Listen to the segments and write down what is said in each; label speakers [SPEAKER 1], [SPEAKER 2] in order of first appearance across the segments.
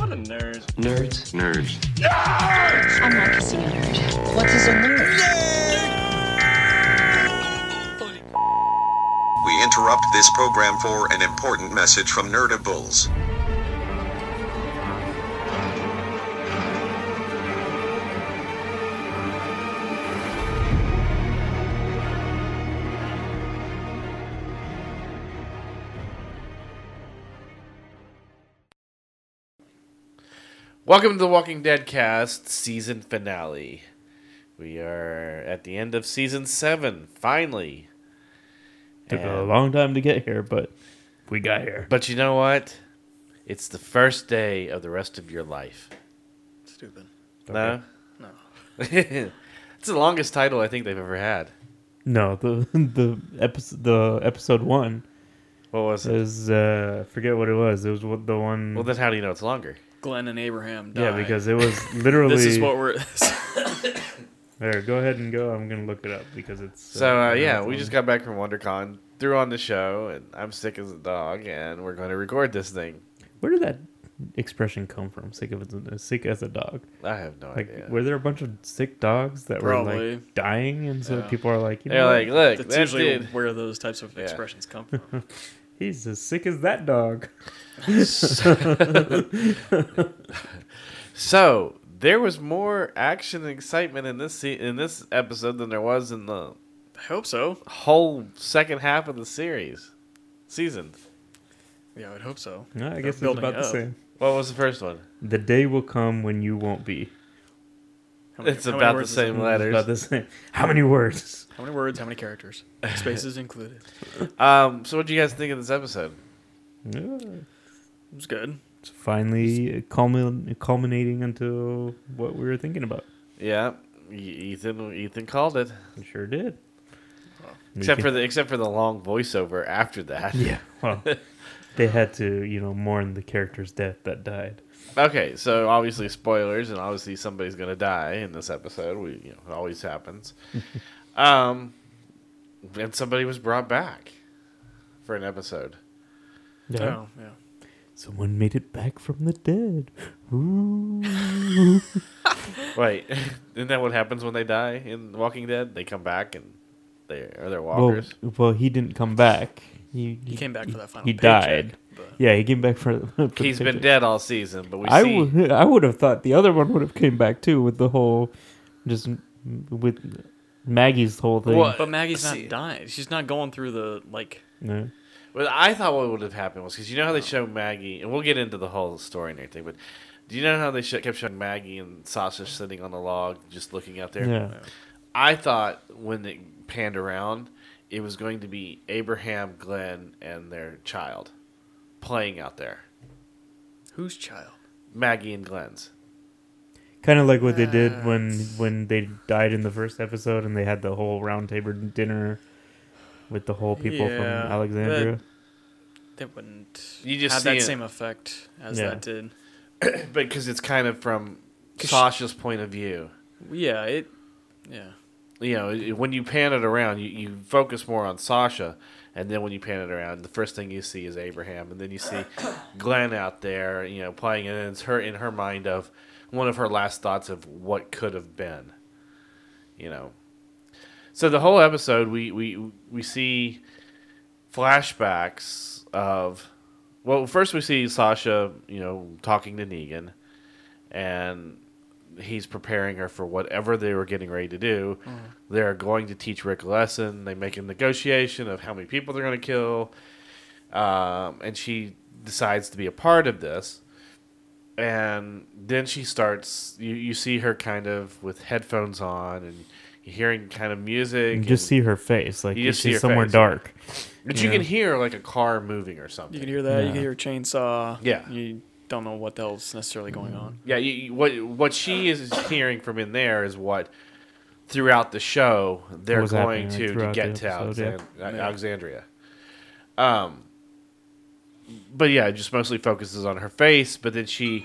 [SPEAKER 1] I'm a nerd.
[SPEAKER 2] Nerds.
[SPEAKER 3] Nerds.
[SPEAKER 4] I'm Marcus the nerd. What is a nerd?
[SPEAKER 5] We interrupt this program for an important message from Nerdables.
[SPEAKER 6] Welcome to the Walking Dead cast season finale. We are at the end of season seven, finally.
[SPEAKER 7] Took a
[SPEAKER 6] And-
[SPEAKER 7] long time to get here, but we got here.
[SPEAKER 6] But you know what? It's the first day of the rest of your life.
[SPEAKER 1] Stupid.
[SPEAKER 6] No? No. it's the longest title I think they've ever had.
[SPEAKER 7] No, the the episode the episode one
[SPEAKER 6] What was it?
[SPEAKER 7] is uh I forget what it was. It was what the one.
[SPEAKER 6] Well, then how do you know it's longer?
[SPEAKER 1] Glenn and Abraham die.
[SPEAKER 7] yeah, because it was literally.
[SPEAKER 1] this is what we're.
[SPEAKER 7] There, go ahead and go. I'm gonna look it up because it's.
[SPEAKER 6] So uh, yeah,
[SPEAKER 7] it's
[SPEAKER 6] we
[SPEAKER 7] on-
[SPEAKER 6] just got back from WonderCon, threw on the show, and I'm sick as a dog, and we're going to record this thing.
[SPEAKER 7] Where did that expression come from? Sick of as sick as a dog.
[SPEAKER 6] I have no
[SPEAKER 7] Like,
[SPEAKER 6] idea.
[SPEAKER 7] were there a bunch of sick dogs that were
[SPEAKER 1] Probably.
[SPEAKER 7] like dying, and so
[SPEAKER 1] Yeah.
[SPEAKER 7] people are like, you
[SPEAKER 6] They're
[SPEAKER 7] know,
[SPEAKER 6] like,
[SPEAKER 7] what?
[SPEAKER 6] look,
[SPEAKER 1] that's
[SPEAKER 6] that
[SPEAKER 1] usually
[SPEAKER 6] dude.
[SPEAKER 1] where those types of expressions come from.
[SPEAKER 7] he's as sick as that dog.
[SPEAKER 6] So there was more action and excitement in this se- in this episode than there was in the
[SPEAKER 1] I hope so.
[SPEAKER 6] whole second half of the series season.
[SPEAKER 1] Yeah, I would hope so.
[SPEAKER 7] No, I
[SPEAKER 1] They're
[SPEAKER 7] guess it's
[SPEAKER 1] building
[SPEAKER 7] about the
[SPEAKER 1] up.
[SPEAKER 7] same.
[SPEAKER 6] What was the first one?
[SPEAKER 7] The day will come when you won't be.
[SPEAKER 1] How many-
[SPEAKER 6] It's
[SPEAKER 1] how many
[SPEAKER 6] about the
[SPEAKER 1] words is it?
[SPEAKER 6] same
[SPEAKER 7] It's
[SPEAKER 6] letters.
[SPEAKER 7] About the same. How many words?
[SPEAKER 1] How many words? How many characters? Spaces included.
[SPEAKER 6] Um, so what do you guys think of this episode?
[SPEAKER 7] It's
[SPEAKER 1] It was good.
[SPEAKER 7] finally culmin- culminating into what we were thinking about.
[SPEAKER 6] Yeah, E- Ethan Ethan called it.
[SPEAKER 7] It sure did. We
[SPEAKER 6] Except
[SPEAKER 7] can-
[SPEAKER 6] for the except for the long voiceover after that.
[SPEAKER 7] yeah. Well, they had to, you know, mourn the character's death that died.
[SPEAKER 6] Okay, so obviously spoilers, and obviously somebody's gonna die in this episode. We you know it always happens. um, and somebody was brought back for an episode.
[SPEAKER 1] Oh, yeah.
[SPEAKER 7] Someone made it back from the dead. Ooh.
[SPEAKER 6] Wait, isn't that what happens when they die in Walking Dead? They come back and they are they're
[SPEAKER 7] well,
[SPEAKER 6] walkers.
[SPEAKER 7] well, he didn't come back. He,
[SPEAKER 1] He came back for that final
[SPEAKER 7] He
[SPEAKER 1] paycheck,
[SPEAKER 7] died.
[SPEAKER 1] but-
[SPEAKER 7] Yeah, he came back for. for the
[SPEAKER 6] He's been
[SPEAKER 7] picture.
[SPEAKER 6] dead all season, but we
[SPEAKER 7] I
[SPEAKER 6] see
[SPEAKER 7] would I would have thought the other one would have came back too with the whole just m- with Maggie's whole thing.
[SPEAKER 6] What?
[SPEAKER 1] But Maggie's
[SPEAKER 6] See-
[SPEAKER 1] not dying. She's not going through the like.
[SPEAKER 7] No.
[SPEAKER 6] Well, I thought what would have happened was because you know how they show Maggie, and we'll get into the whole story and everything, but do you know how they sho- kept showing Maggie and Sasha sitting on the log, just looking out there?
[SPEAKER 7] Yeah.
[SPEAKER 6] I thought when it panned around, it was going to be Abraham, Glenn, and their child playing out there.
[SPEAKER 1] Whose child?
[SPEAKER 6] Maggie and Glenn's.
[SPEAKER 7] Kind of like what they
[SPEAKER 6] Uh,
[SPEAKER 7] did when when they died in the first episode and they had the whole round table dinner with the whole people from
[SPEAKER 1] Yeah, but-
[SPEAKER 7] Alexandria.
[SPEAKER 1] That wouldn't
[SPEAKER 6] You just
[SPEAKER 1] have
[SPEAKER 6] see
[SPEAKER 1] that
[SPEAKER 6] it.
[SPEAKER 1] same effect as
[SPEAKER 7] Yeah.
[SPEAKER 1] that did.
[SPEAKER 6] But because it's kind of from
[SPEAKER 1] 'Cause she-
[SPEAKER 6] Sasha's point of view.
[SPEAKER 1] Yeah, it. Yeah,
[SPEAKER 6] You know, it- when you pan it around, you, you focus more on Sasha, and then when you pan it around, the first thing you see is Abraham, and then you see Glenn out there, you know, playing, and it's her in her mind of one of her last thoughts of what could have been. You know, so the whole episode we we we see flashbacks of well, first we see Sasha, you know, talking to Negan, and he's preparing her for whatever they were getting ready to do.
[SPEAKER 1] Mm.
[SPEAKER 6] They're going to teach Rick a lesson. They make a negotiation of how many people they're going to kill. Um, and she decides to be a part of this. And then she starts, you, you see her kind of with headphones on and you're hearing kind of music.
[SPEAKER 7] You just
[SPEAKER 6] and-
[SPEAKER 7] see her face, like
[SPEAKER 6] You
[SPEAKER 7] you
[SPEAKER 6] just see
[SPEAKER 7] see
[SPEAKER 6] her
[SPEAKER 7] somewhere
[SPEAKER 6] face.
[SPEAKER 7] dark.
[SPEAKER 6] But
[SPEAKER 7] you
[SPEAKER 6] you
[SPEAKER 7] know.
[SPEAKER 6] can hear like a car moving or something.
[SPEAKER 1] you can hear that. You
[SPEAKER 7] Yeah.
[SPEAKER 1] can hear a chainsaw.
[SPEAKER 6] Yeah.
[SPEAKER 1] you don't know what the hell's necessarily going
[SPEAKER 7] Mm-hmm.
[SPEAKER 1] on.
[SPEAKER 6] Yeah, you, you- what what she is hearing from in there is what throughout the show they're
[SPEAKER 7] What's
[SPEAKER 6] going
[SPEAKER 7] happening,
[SPEAKER 6] to to
[SPEAKER 7] like, throughout
[SPEAKER 6] get
[SPEAKER 7] the
[SPEAKER 6] to
[SPEAKER 7] episode,
[SPEAKER 6] Alexand- uh, Alexandria. Um, but yeah, it just mostly focuses on her face. But then she,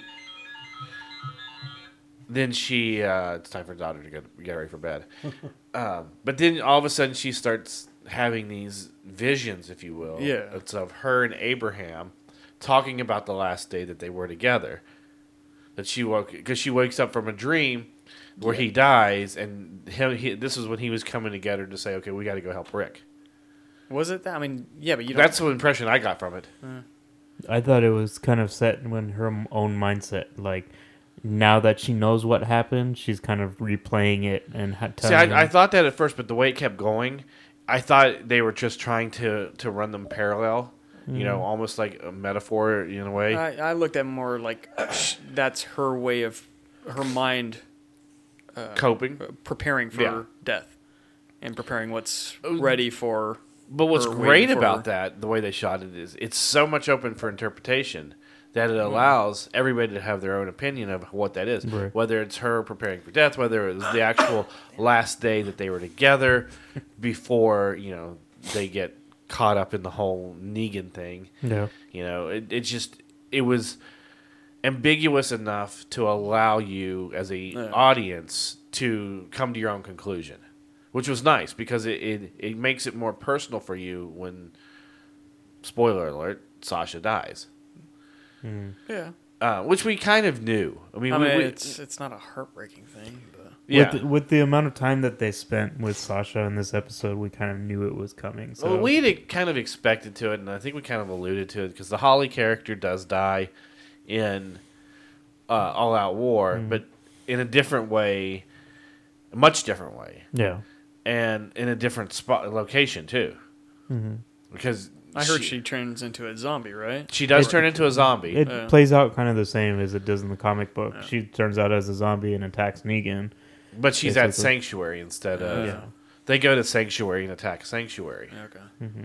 [SPEAKER 6] then she, uh, it's time for her daughter to get get ready for bed. um, but then all of a sudden she starts having these visions, if you will.
[SPEAKER 1] Yeah.
[SPEAKER 6] it's of her and Abraham talking about the last day that they were together that she woke because she wakes up from a dream where he dies, and him. He, this is when he was coming together to say, "Okay, we got to go help Rick."
[SPEAKER 1] Was it that? I mean, yeah, but you don't.
[SPEAKER 6] That's the impression I got from it.
[SPEAKER 7] I thought it was kind of set in her m- own mindset. Like now that she knows what happened, she's kind of replaying it and ha-
[SPEAKER 6] See,
[SPEAKER 7] telling. him-
[SPEAKER 6] I, I thought that at first, but the way it kept going, I thought they were just trying to to run them parallel. You know, almost like a metaphor in a way.
[SPEAKER 1] I, I looked at more like sh- that's her way of her mind uh,
[SPEAKER 6] coping.
[SPEAKER 1] preparing for
[SPEAKER 6] Yeah. Oh.
[SPEAKER 1] death and preparing what's ready for.
[SPEAKER 6] But what's
[SPEAKER 1] or waiting
[SPEAKER 6] great
[SPEAKER 1] for-
[SPEAKER 6] about that, the way they shot it, is it's so much open for interpretation that it allows everybody to have their own opinion of what that is.
[SPEAKER 7] Right.
[SPEAKER 6] Whether it's her preparing for death, whether it was the actual last day that they were together before, you know, they get caught up in the whole Negan thing.
[SPEAKER 7] Yeah.
[SPEAKER 6] You know, it, it just it was ambiguous enough to allow you as a audience to come to your own conclusion, which was nice because it, it it makes it more personal for you when spoiler alert Sasha dies,
[SPEAKER 1] Yeah,
[SPEAKER 6] uh, which we kind of knew. I mean,
[SPEAKER 1] I
[SPEAKER 6] we,
[SPEAKER 1] mean,
[SPEAKER 6] we-
[SPEAKER 1] it's it's not a heartbreaking thing, but
[SPEAKER 6] yeah.
[SPEAKER 7] With, with the amount of time that they spent with Sasha in this episode, we kind of knew it was coming. So
[SPEAKER 6] Well, we had e, kind of expected to it, and I think we kind of alluded to it because the Holly character does die in uh, All Out War,
[SPEAKER 7] Mm-hmm.
[SPEAKER 6] but in a different way, a much different way,
[SPEAKER 7] yeah,
[SPEAKER 6] and in a different spot location too.
[SPEAKER 7] Mm-hmm.
[SPEAKER 6] Because
[SPEAKER 1] I heard she turns into a zombie, right?
[SPEAKER 6] she does turn into a zombie.
[SPEAKER 7] it plays out kind of the same as it does in the comic book. She turns out as a zombie and attacks Negan.
[SPEAKER 6] But she's
[SPEAKER 7] It's
[SPEAKER 6] at
[SPEAKER 7] like a-
[SPEAKER 6] Sanctuary instead of.
[SPEAKER 7] Yeah.
[SPEAKER 6] They go to Sanctuary and attack Sanctuary,
[SPEAKER 1] Okay.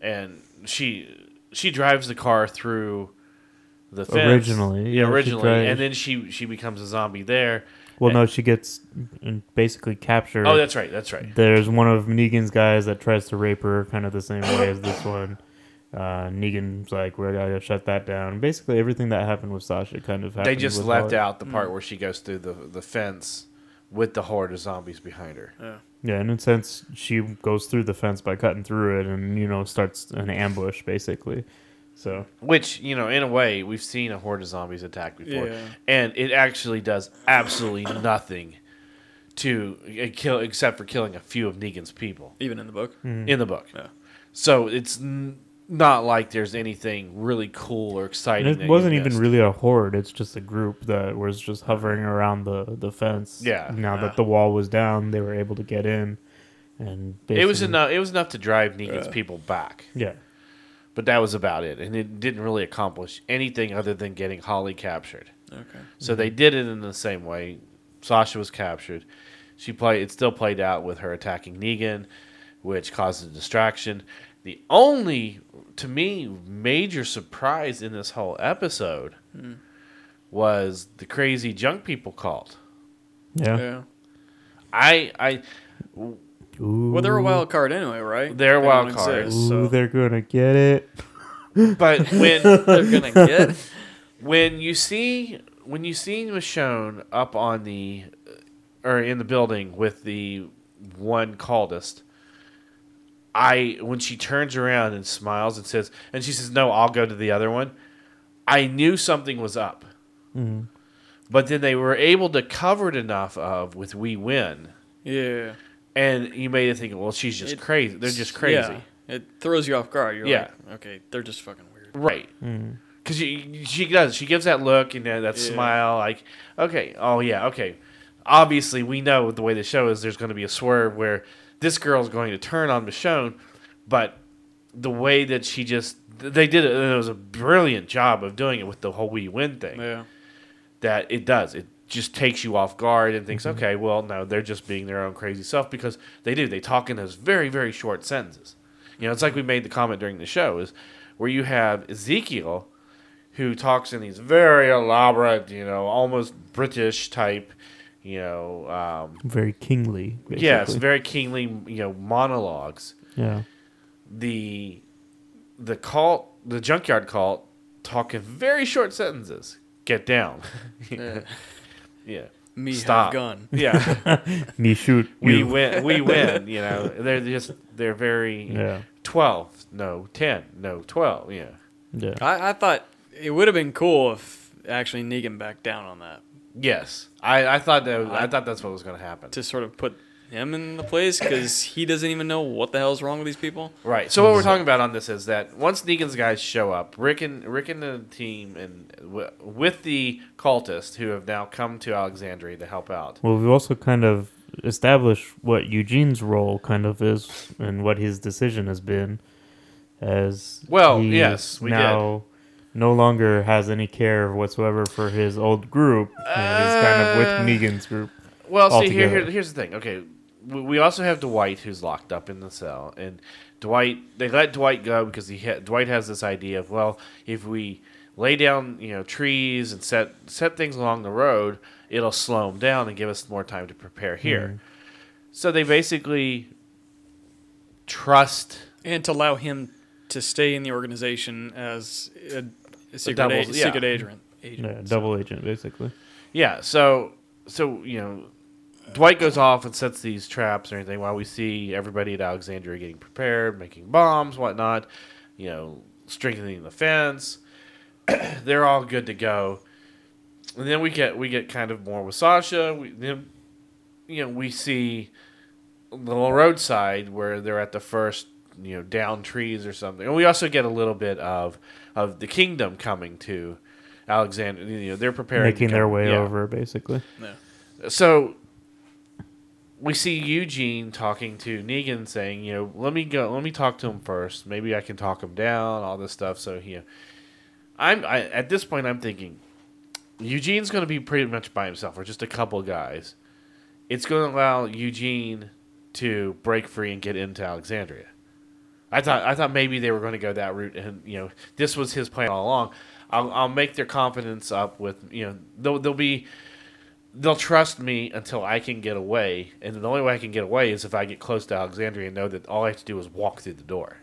[SPEAKER 6] and she she drives the car through the fence.
[SPEAKER 7] Originally, yeah,
[SPEAKER 6] yeah,
[SPEAKER 7] she
[SPEAKER 6] originally,
[SPEAKER 7] drives-
[SPEAKER 6] and then she she becomes a zombie there.
[SPEAKER 7] Well, no, she gets mm, basically captured.
[SPEAKER 6] Oh, that's right, that's right.
[SPEAKER 7] There's one of Negan's guys that tries to rape her, kind of the same way as this one. Uh, Negan's like, "We gotta shut that down." Basically, everything that happened with Sasha kind of happened.
[SPEAKER 6] They just
[SPEAKER 7] with
[SPEAKER 6] left
[SPEAKER 7] Holly.
[SPEAKER 6] out the part where she goes through the the fence with the horde of zombies behind her.
[SPEAKER 7] Yeah, and in a sense, she goes through the fence by cutting through it, and you know, starts an ambush basically. So
[SPEAKER 6] Which, you know, in a way, we've seen a horde of zombies attack before.
[SPEAKER 1] Yeah.
[SPEAKER 6] And it actually does absolutely nothing to uh, kill except for killing a few of Negan's people
[SPEAKER 1] Even in the book.
[SPEAKER 6] in the book.
[SPEAKER 1] Yeah.
[SPEAKER 6] So it's n- not like there's anything really cool or exciting.
[SPEAKER 7] and
[SPEAKER 6] that
[SPEAKER 7] it
[SPEAKER 6] you
[SPEAKER 7] wasn't even
[SPEAKER 6] missed.
[SPEAKER 7] really a horde; it's just a group that was just hovering around the the fence.
[SPEAKER 6] Yeah.
[SPEAKER 7] Now that the wall was down, they were able to get in, and basically,
[SPEAKER 6] It was enough. It was enough to drive Negan's people back.
[SPEAKER 7] Yeah.
[SPEAKER 6] But that was about it, and it didn't really accomplish anything other than getting Holly captured.
[SPEAKER 1] Okay.
[SPEAKER 6] So they did it in the same way. Sasha was captured. She played. It still played out with her attacking Negan, which caused a distraction. The only, to me, major surprise in this whole episode was the crazy junk people called.
[SPEAKER 7] Yeah.
[SPEAKER 1] Yeah.
[SPEAKER 6] I, I,
[SPEAKER 7] Ooh,
[SPEAKER 1] Well, they're a wild card anyway, right?
[SPEAKER 6] They're a
[SPEAKER 1] They
[SPEAKER 6] wild
[SPEAKER 1] don't
[SPEAKER 6] card.
[SPEAKER 1] exist, so-
[SPEAKER 7] ooh, they're gonna get it.
[SPEAKER 6] but when
[SPEAKER 1] they're gonna get.
[SPEAKER 6] when you see when you see Michonne up on the uh, or in the building with the one caldest, I when she turns around and smiles and says and she says no, I'll go to the other one. I knew something was up,
[SPEAKER 1] Mm-hmm.
[SPEAKER 6] but then they were able to cover it enough of with we win,
[SPEAKER 1] Yeah.
[SPEAKER 6] and you made it think well she's just
[SPEAKER 1] It-
[SPEAKER 6] crazy. They're just crazy.
[SPEAKER 1] Yeah. It throws you off guard. You're
[SPEAKER 6] Yeah.
[SPEAKER 1] like, okay, they're just fucking weird.
[SPEAKER 6] Right. Because she, she does. She gives that look and that, that
[SPEAKER 1] Yeah.
[SPEAKER 6] smile, like, okay, oh, yeah, okay. Obviously, we know the way the show is, there's going to be a swerve where this girl's going to turn on Michonne, but the way that she just, they did it, and it was a brilliant job of doing it with the whole We Win thing,
[SPEAKER 1] Yeah.
[SPEAKER 6] that it does. It just takes you off guard and thinks, okay, well, no, they're just being their own crazy self because they do. They talk in those very, very short sentences. You know, it's like we made the comment during the show is where you have Ezekiel who talks in these very elaborate, you know, almost British type, you know, um,
[SPEAKER 7] Very kingly. Basically.
[SPEAKER 6] yes, very keenly, you know, monologues.
[SPEAKER 7] yeah.
[SPEAKER 6] The the cult, the junkyard cult, talk in very short sentences. Get down.
[SPEAKER 1] Yeah.
[SPEAKER 6] yeah.
[SPEAKER 1] Me
[SPEAKER 6] Stop.
[SPEAKER 1] have gun.
[SPEAKER 6] Yeah.
[SPEAKER 7] Me shoot.
[SPEAKER 6] we
[SPEAKER 7] you.
[SPEAKER 6] win we win you know they're just they're very
[SPEAKER 7] Yeah.
[SPEAKER 6] 12 no 10 no 12 yeah
[SPEAKER 7] Yeah.
[SPEAKER 1] I, I thought it would have been cool if actually Negan back down on that
[SPEAKER 6] Yes, I, I thought that I, thought that's what was going to happen.
[SPEAKER 1] to sort of put him in the place because he doesn't even know what the hell's wrong with these people.
[SPEAKER 6] Right. So what we're talking about on this is that once Negan's guys show up, Rick and Rick and the team and w- with the cultists who have now come to Alexandria to help out.
[SPEAKER 7] Well, we've also kind of established what Eugene's role kind of is and what his decision has been. As
[SPEAKER 6] Well,
[SPEAKER 7] he
[SPEAKER 6] yes, we
[SPEAKER 7] now no longer has any care whatsoever for his old group. and he's kind of with Negan's group.
[SPEAKER 6] Well, see here,
[SPEAKER 7] altogether.
[SPEAKER 6] here here's the thing. Okay, we, we also have Dwight who's locked up in the cell, and Dwight they let Dwight go because he ha- Dwight has this idea of well, if we lay down you know trees and set set things along the road, it'll slow them down and give us more time to prepare here. So they basically trust
[SPEAKER 1] and to allow him to stay in the organization as a, a secret,
[SPEAKER 6] double-
[SPEAKER 1] a-
[SPEAKER 6] yeah.
[SPEAKER 1] secret agent. agent.
[SPEAKER 7] Yeah, uh, double agent, basically.
[SPEAKER 6] Yeah, so so you know, Dwight goes off and sets these traps and everything while we see everybody at Alexandria getting prepared, making bombs, whatnot. You know, strengthening the fence. They're all good to go, and then we get we get kind of more with Sasha. We then you know we see the little roadside where they're at the first you know down trees or something and we also get a little bit of of the kingdom coming to alexander you know they're preparing to
[SPEAKER 7] Making their
[SPEAKER 6] come-
[SPEAKER 7] way
[SPEAKER 6] yeah
[SPEAKER 7] over, basically.
[SPEAKER 6] so we see Eugene talking to Negan, saying, "You know, let me go. Let me talk to him first. Maybe I can talk him down. All this stuff." So you know, I'm I, at this point. I'm thinking Eugene's going to be pretty much by himself, or just a couple guys. It's going to allow Eugene to break free and get into Alexandria. I thought I thought maybe they were going to go that route, and you know this was his plan all along. I'll, I'll make their confidence up with you know they'll they'll be they'll trust me until I can get away, and the only way I can get away is if I get close to Alexandria and know that all I have to do is walk through the door.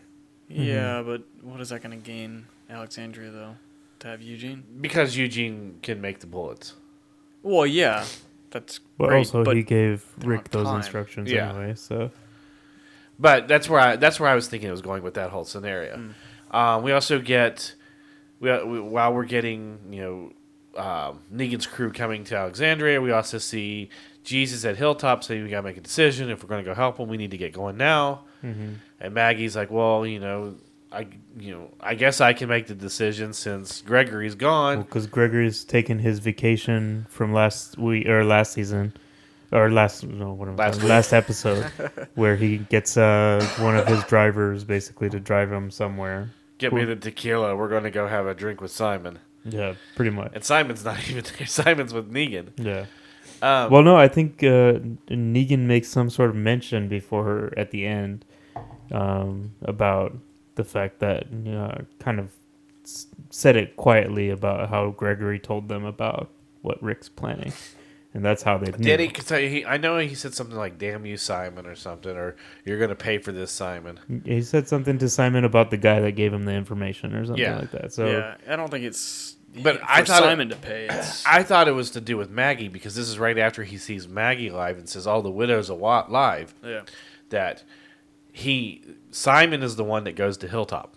[SPEAKER 7] Mm-hmm.
[SPEAKER 1] Yeah, but what is that going to gain Alexandria though? To have Eugene?
[SPEAKER 6] Because Eugene can make the bullets.
[SPEAKER 1] Well, yeah, that's
[SPEAKER 7] But
[SPEAKER 1] great.
[SPEAKER 7] also,
[SPEAKER 1] but
[SPEAKER 7] he gave
[SPEAKER 1] they're on
[SPEAKER 7] Rick those
[SPEAKER 1] time.
[SPEAKER 7] instructions
[SPEAKER 6] Yeah.
[SPEAKER 7] anyway, so.
[SPEAKER 6] But that's where I that's where I was thinking it was going with that whole scenario. Um, we also get we, uh, we while we're getting you know um, Negan's crew coming to Alexandria, we also see Jesus at Hilltop saying we gotta make a decision if we're gonna go help him. We need to get going now. And Maggie's like, well, you know. I you know I guess I can make the decision since Gregory's gone.
[SPEAKER 7] because Gregory's taken his vacation from last week or last season or last no what am I
[SPEAKER 6] Last
[SPEAKER 7] talking-
[SPEAKER 6] week.
[SPEAKER 7] last episode where he gets uh, one of his drivers basically to drive him somewhere.
[SPEAKER 6] Get me the tequila. We're going to go have a drink with Simon.
[SPEAKER 7] Yeah, pretty much.
[SPEAKER 6] And Simon's not even there. Simon's with Negan.
[SPEAKER 7] Yeah.
[SPEAKER 6] Um,
[SPEAKER 7] Well, no, I think uh, Negan makes some sort of mention before her at the end um, about the fact that uh, kind of s- said it quietly about how Gregory told them about what Rick's planning, and that's how they
[SPEAKER 6] Did
[SPEAKER 7] knew.
[SPEAKER 6] he? 'Cause I- he? I know he said something like "Damn you, Simon" or something, or "You're going to pay for this, Simon."
[SPEAKER 7] He said something to Simon about the guy that gave him the information or something
[SPEAKER 6] Yeah.
[SPEAKER 7] like that. So
[SPEAKER 1] yeah, I don't think it's.
[SPEAKER 6] But
[SPEAKER 1] for
[SPEAKER 6] I thought it-
[SPEAKER 1] Simon to pay. It's,
[SPEAKER 6] I thought it was to do with Maggie because this is right after he sees Maggie live and says, "All the widows are wa- live."
[SPEAKER 1] yeah,
[SPEAKER 6] That he Simon is the one that goes to Hilltop.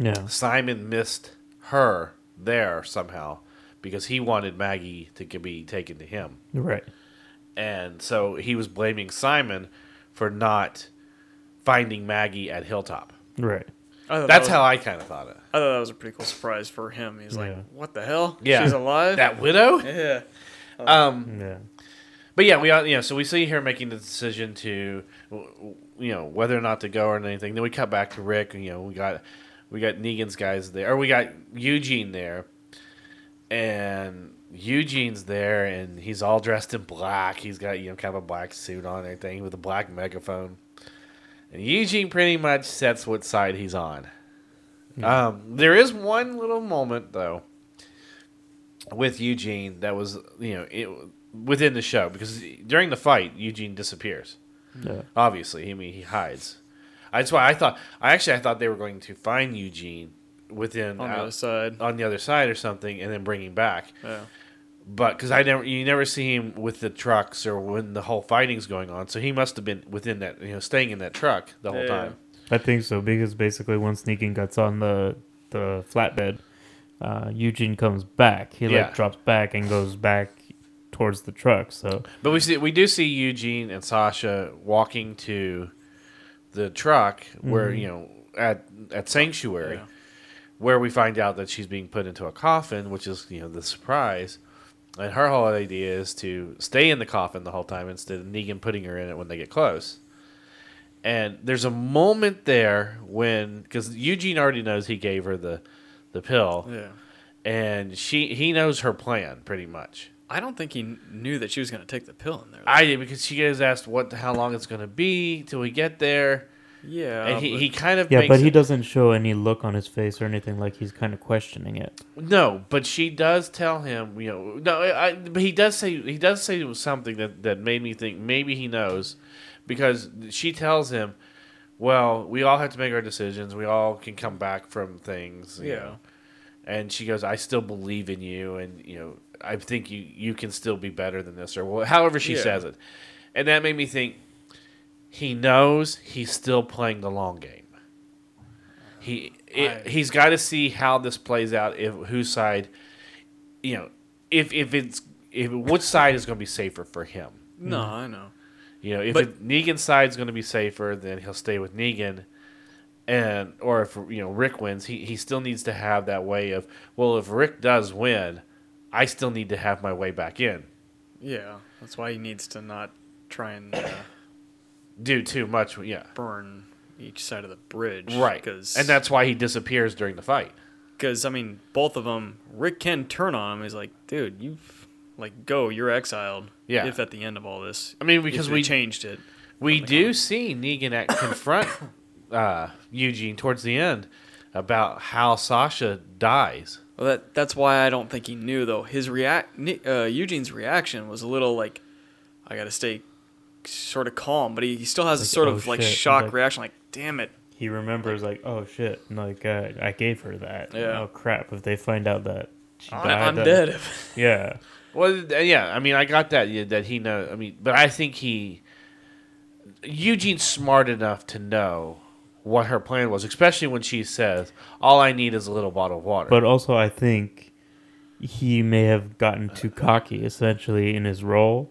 [SPEAKER 7] yeah,
[SPEAKER 6] Simon missed her there somehow because he wanted Maggie to g- be taken to him.
[SPEAKER 7] right.
[SPEAKER 6] and so he was blaming Simon for not finding Maggie at Hilltop.
[SPEAKER 7] Right.
[SPEAKER 1] I thought
[SPEAKER 6] That's
[SPEAKER 1] that was,
[SPEAKER 6] how I kind of thought it.
[SPEAKER 1] I thought that was a pretty cool surprise for him. He's like,
[SPEAKER 7] Yeah.
[SPEAKER 1] "What the hell?
[SPEAKER 6] Yeah,
[SPEAKER 1] she's alive."
[SPEAKER 6] That widow.
[SPEAKER 1] yeah,
[SPEAKER 7] Yeah.
[SPEAKER 6] But yeah, we all you know. So we see her making the decision to, you know, whether or not to go or anything. Then we cut back to Rick. And, you know, we got we got Negan's guys there, or we got Eugene there, and Eugene's there, and he's all dressed in black. He's got you know kind of a black suit on and everything with a black megaphone. And Eugene pretty much sets what side he's on. Um, there is one little moment though with Eugene that was you know it, within the show because during the fight Eugene disappears.
[SPEAKER 7] Yeah.
[SPEAKER 6] Obviously, I mean he hides. That's why I thought I actually I thought they were going to find Eugene within
[SPEAKER 1] on the other side.
[SPEAKER 6] on the other side or something and then bring him back.
[SPEAKER 1] Yeah.
[SPEAKER 6] But because I never you never see him with the trucks or when the whole fighting's going on, so he must have been within that you know staying in that truck the whole
[SPEAKER 1] Yeah.
[SPEAKER 6] time.
[SPEAKER 7] I think so because basically once Negan gets on the the flatbed, uh, Eugene comes back. He
[SPEAKER 6] Yeah.
[SPEAKER 7] like drops back and goes back towards the truck. So
[SPEAKER 6] But we see we do see Eugene and Sasha walking to the truck where you know at at sanctuary, where we find out that she's being put into a coffin, which is you know the surprise. And her whole idea is to stay in the coffin the whole time instead of Negan putting her in it when they get close. And there's a moment there when because Eugene already knows he gave her the the pill,
[SPEAKER 1] Yeah.
[SPEAKER 6] and she he knows her plan pretty much.
[SPEAKER 1] I don't think he kn- knew that she was going to take the pill in there.
[SPEAKER 6] I did because she guys asked what how long it's gonna be till we get there,
[SPEAKER 1] yeah.
[SPEAKER 6] and he,
[SPEAKER 1] but-
[SPEAKER 6] he kind of
[SPEAKER 7] yeah,
[SPEAKER 6] makes
[SPEAKER 7] but he
[SPEAKER 6] it-
[SPEAKER 7] doesn't show any look on his face or anything like he's kind of questioning it.
[SPEAKER 6] no, but she does tell him you know no I, I- but he does say he does say something that that made me think maybe he knows because she tells him well we all have to make our decisions we all can come back from things you
[SPEAKER 1] Yeah.
[SPEAKER 6] know. and she goes I still believe in you and you know I think you you can still be better than this or well however she
[SPEAKER 1] Yeah.
[SPEAKER 6] says it, and that made me think he knows he's still playing the long game. He it,
[SPEAKER 1] I-
[SPEAKER 6] he's got to see how this plays out. If whose side, you know, if if it's if which side is going to be safer for him.
[SPEAKER 1] no, I know.
[SPEAKER 6] You know, if
[SPEAKER 1] But-
[SPEAKER 6] it, Negan's side's going to be safer, then he'll stay with Negan. And or if you know Rick wins, he he still needs to have that way of well, if Rick does win, I still need to have my way back in.
[SPEAKER 1] Yeah. That's why he needs to not try and uh,
[SPEAKER 6] Do too much, yeah,
[SPEAKER 1] burn each side of the bridge.
[SPEAKER 6] right.
[SPEAKER 1] Cause,
[SPEAKER 6] And that's why he disappears during the fight.
[SPEAKER 1] Because, I mean, both of them, Rick can turn on him. He's like, dude, you like go. You're exiled.
[SPEAKER 6] Yeah.
[SPEAKER 1] If at the end of all this,
[SPEAKER 6] I mean, because
[SPEAKER 1] if they
[SPEAKER 6] we-
[SPEAKER 1] changed it.
[SPEAKER 6] We do see Negan at confront uh, Eugene towards the end about how Sasha dies.
[SPEAKER 1] Well, that that's why I don't think he knew though. His react, Ni- uh, Eugene's reaction was a little like, I gotta stay sort of calm, but he, he still has a
[SPEAKER 7] Like,
[SPEAKER 1] sort
[SPEAKER 7] oh,
[SPEAKER 1] of like
[SPEAKER 7] shit.
[SPEAKER 1] shock
[SPEAKER 7] Like-
[SPEAKER 1] reaction, like, damn it.
[SPEAKER 7] He remembers like, oh shit, like uh, I gave her that.
[SPEAKER 1] Yeah.
[SPEAKER 7] Oh crap! If they find out that she
[SPEAKER 1] I-
[SPEAKER 7] died,
[SPEAKER 1] I'm
[SPEAKER 7] uh,
[SPEAKER 1] dead.
[SPEAKER 7] Yeah.
[SPEAKER 6] Well, th- yeah, I mean, I got that yeah, that he know. I mean, but I think he Eugene's smart enough to know what her plan was, especially when she says, "All I need is a little bottle of water."
[SPEAKER 7] But also, I think he may have gotten too cocky, essentially, in his role,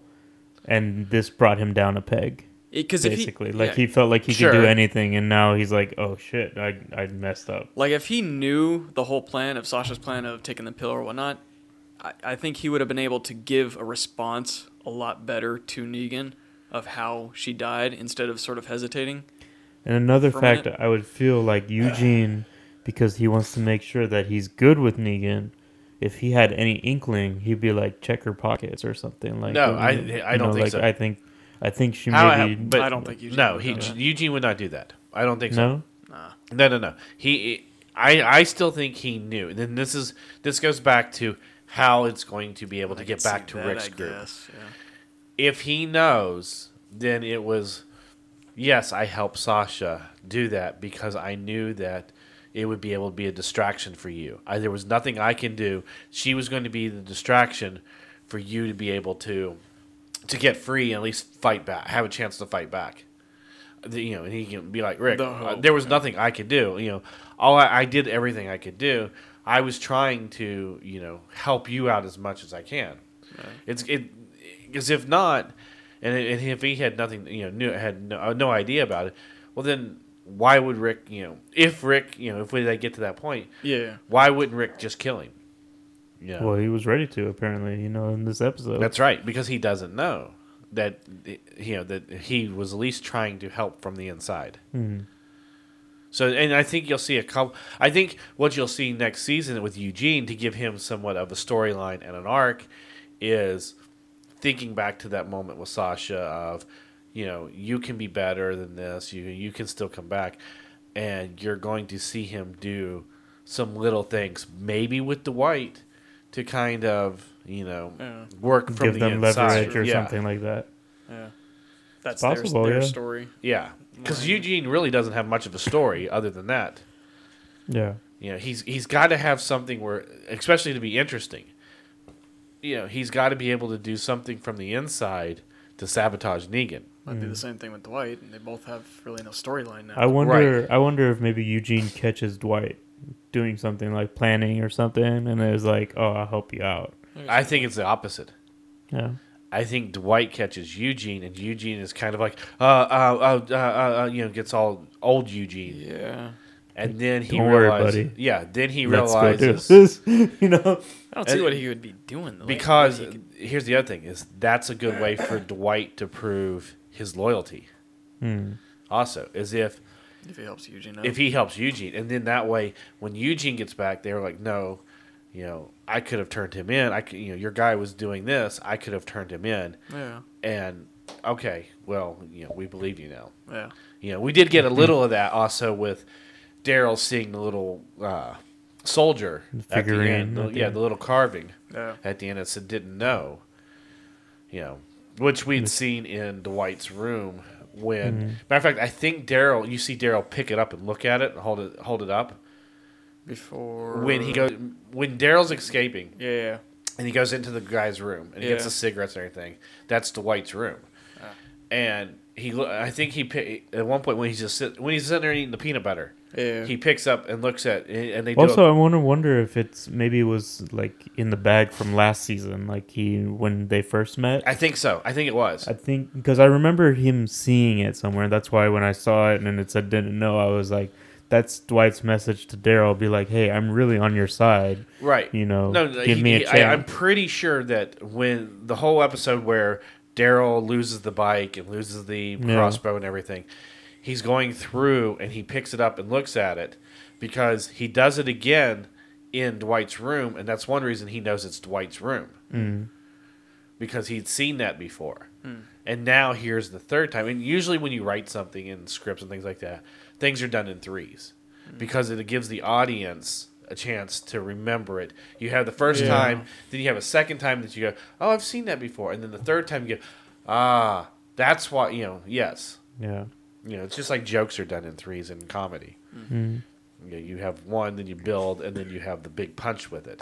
[SPEAKER 7] and this brought him down a peg.
[SPEAKER 1] Because if he,
[SPEAKER 7] Basically, like
[SPEAKER 1] yeah,
[SPEAKER 7] he felt like he could
[SPEAKER 6] Sure.
[SPEAKER 7] do anything, and now he's like, "Oh shit, I I messed up."
[SPEAKER 1] like if he knew the whole plan of Sasha's plan of taking the pill or whatnot, I, I think he would have been able to give a response a lot better to Negan of how she died instead of sort of hesitating.
[SPEAKER 7] And another
[SPEAKER 1] For a
[SPEAKER 7] fact,
[SPEAKER 1] minute.
[SPEAKER 7] I would feel like Eugene, because he wants to make sure that he's good with Negan. If he had any inkling, he'd be like check her pockets or something. Like
[SPEAKER 6] No,
[SPEAKER 7] you
[SPEAKER 6] I-
[SPEAKER 7] know-
[SPEAKER 6] I
[SPEAKER 7] you
[SPEAKER 6] don't
[SPEAKER 7] know,
[SPEAKER 6] think
[SPEAKER 7] like,
[SPEAKER 6] so.
[SPEAKER 7] I think, I think she
[SPEAKER 6] How-
[SPEAKER 7] maybe.
[SPEAKER 6] how- but
[SPEAKER 1] I don't think Eugene
[SPEAKER 6] No,
[SPEAKER 1] would
[SPEAKER 6] he,
[SPEAKER 1] do that.
[SPEAKER 6] Eugene would not do that. I don't think so.
[SPEAKER 7] no,
[SPEAKER 6] No, no, no. He, I, I still think he knew. And then this is this goes back to how it's going to be able to
[SPEAKER 1] I
[SPEAKER 6] get
[SPEAKER 1] can
[SPEAKER 6] back
[SPEAKER 1] see
[SPEAKER 6] to
[SPEAKER 1] that,
[SPEAKER 6] Rick's
[SPEAKER 1] I
[SPEAKER 6] group.
[SPEAKER 1] guess, yeah.
[SPEAKER 6] If he knows, then it was, yes, I helped Sasha do that because I knew that it would be able to be a distraction for you. I, there was nothing I can do. She was going to be the distraction for you to be able to to get free and at least fight back, have a chance to fight back. The- you know, and he can be like, Rick,
[SPEAKER 1] The
[SPEAKER 6] uh,
[SPEAKER 1] hope,
[SPEAKER 6] there was nothing I could do. You know, all I, I did everything I could do. I was trying to, you know, help you out as much as I can. It's it because if not, and, it- and if he had nothing, you know, knew, had no, uh, no idea about it, well then why would Rick, you know, if Rick, you know, if we they get to that point,
[SPEAKER 1] Yeah.
[SPEAKER 6] why wouldn't Rick just kill him? Yeah,
[SPEAKER 7] Well, he was ready to apparently, you know, in this episode.
[SPEAKER 6] that's right, because he doesn't know that you know that he was at least trying to help from the inside. So, and I think you'll see a couple. I think what you'll see next season with Eugene to give him somewhat of a storyline and an arc is thinking back to that moment with Sasha of, you know, you can be better than this. You you can still come back, and you're going to see him do some little things, maybe with Dwight, to kind of you know
[SPEAKER 1] Yeah.
[SPEAKER 6] work from
[SPEAKER 7] give
[SPEAKER 6] the
[SPEAKER 7] them
[SPEAKER 6] inside.
[SPEAKER 7] leverage or
[SPEAKER 6] yeah.
[SPEAKER 7] something like that.
[SPEAKER 1] Yeah. That's
[SPEAKER 7] possible,
[SPEAKER 1] their, their
[SPEAKER 7] yeah.
[SPEAKER 1] story.
[SPEAKER 6] Yeah, because Eugene really doesn't have much of a story other than that.
[SPEAKER 7] Yeah.
[SPEAKER 6] You know, he's he's got to have something where, especially to be interesting. You know, he's got to be able to do something from the inside to sabotage Negan.
[SPEAKER 1] Might be the same thing with Dwight, and they both have really no storyline now.
[SPEAKER 7] I wonder. I wonder if maybe Eugene catches Dwight doing something like planning or something, and it was like, "Oh, I'll help you out."
[SPEAKER 6] I think it's the opposite.
[SPEAKER 7] Yeah.
[SPEAKER 6] I think Dwight catches Eugene, and Eugene is kind of like, uh, uh, uh, uh, uh you know, gets all old Eugene,
[SPEAKER 1] Yeah.
[SPEAKER 6] and then he
[SPEAKER 7] Don't worry,
[SPEAKER 6] realizes,
[SPEAKER 7] buddy.
[SPEAKER 6] yeah, then he
[SPEAKER 7] Let's go do
[SPEAKER 6] realizes
[SPEAKER 7] this. you know.
[SPEAKER 1] I don't see
[SPEAKER 6] And-
[SPEAKER 1] what he would be doing though.
[SPEAKER 6] because
[SPEAKER 1] Like, he could-
[SPEAKER 6] here's the other thing is that's a good way for Dwight to prove his loyalty. Also, is if
[SPEAKER 1] if he helps Eugene out.
[SPEAKER 6] if he helps Eugene, and then that way when Eugene gets back, they're like, no, you know, I could have turned him in. I could, you know, your guy was doing this. I could have turned him in,
[SPEAKER 1] yeah.
[SPEAKER 6] and okay, well, you know, we believe you now.
[SPEAKER 1] Yeah.
[SPEAKER 6] You know, we did
[SPEAKER 7] Mm-hmm.
[SPEAKER 6] get a little of that also with Daryl seeing the little uh, soldier
[SPEAKER 7] figurine
[SPEAKER 6] At the end. The-
[SPEAKER 7] at the
[SPEAKER 6] yeah,
[SPEAKER 7] end.
[SPEAKER 6] the little carving
[SPEAKER 1] Yeah.
[SPEAKER 6] at the end. It said didn't know. You know, which we'd seen in Dwight's room. When
[SPEAKER 7] Mm-hmm.
[SPEAKER 6] matter of fact, I think Daryl. You see Daryl pick it up and look at it and hold it hold it up
[SPEAKER 1] Before
[SPEAKER 6] when he goes when Daryl's escaping
[SPEAKER 1] Yeah. yeah.
[SPEAKER 6] and he goes into the guy's room and he gets
[SPEAKER 1] Yeah.
[SPEAKER 6] the cigarettes and everything. That's Dwight's room, and he. lo- I think he pi- at one point when he's just sit, when he's sitting there eating the peanut butter.
[SPEAKER 1] Yeah.
[SPEAKER 6] He picks up and looks at and they do
[SPEAKER 7] Also,
[SPEAKER 6] a-
[SPEAKER 7] I want to wonder if it's maybe it was like in the bag from last season, like he when they first met.
[SPEAKER 6] I think so. I think it was.
[SPEAKER 7] I think because I remember him seeing it somewhere. That's why when I saw it and then it said didn't know, I was like, "That's Dwight's message to Daryl. Be like, hey, I'm really on your side."
[SPEAKER 6] right.
[SPEAKER 7] you know,
[SPEAKER 6] No,
[SPEAKER 7] give me a
[SPEAKER 6] I, am
[SPEAKER 7] chance.
[SPEAKER 6] pretty sure that when the whole episode where Daryl loses the bike and loses the
[SPEAKER 7] Yeah.
[SPEAKER 6] crossbow and everything, he's going through and he picks it up and looks at it because he does it again in Dwight's room, and that's one reason he knows it's Dwight's room
[SPEAKER 7] Mm.
[SPEAKER 6] because he'd seen that before. And now here's the third time. And usually when you write something in scripts and things like that, things are done in threes because it gives the audience a chance to remember it. You have the first
[SPEAKER 1] Yeah.
[SPEAKER 6] time, then you have a second time that you go, "Oh, I've seen that before." And then the third time you go, "Ah, that's why, you know, yes."
[SPEAKER 7] Yeah,
[SPEAKER 6] You know, it's just like jokes are done in threes in comedy. You, know, you have one, then you build, and then you have the big punch with it.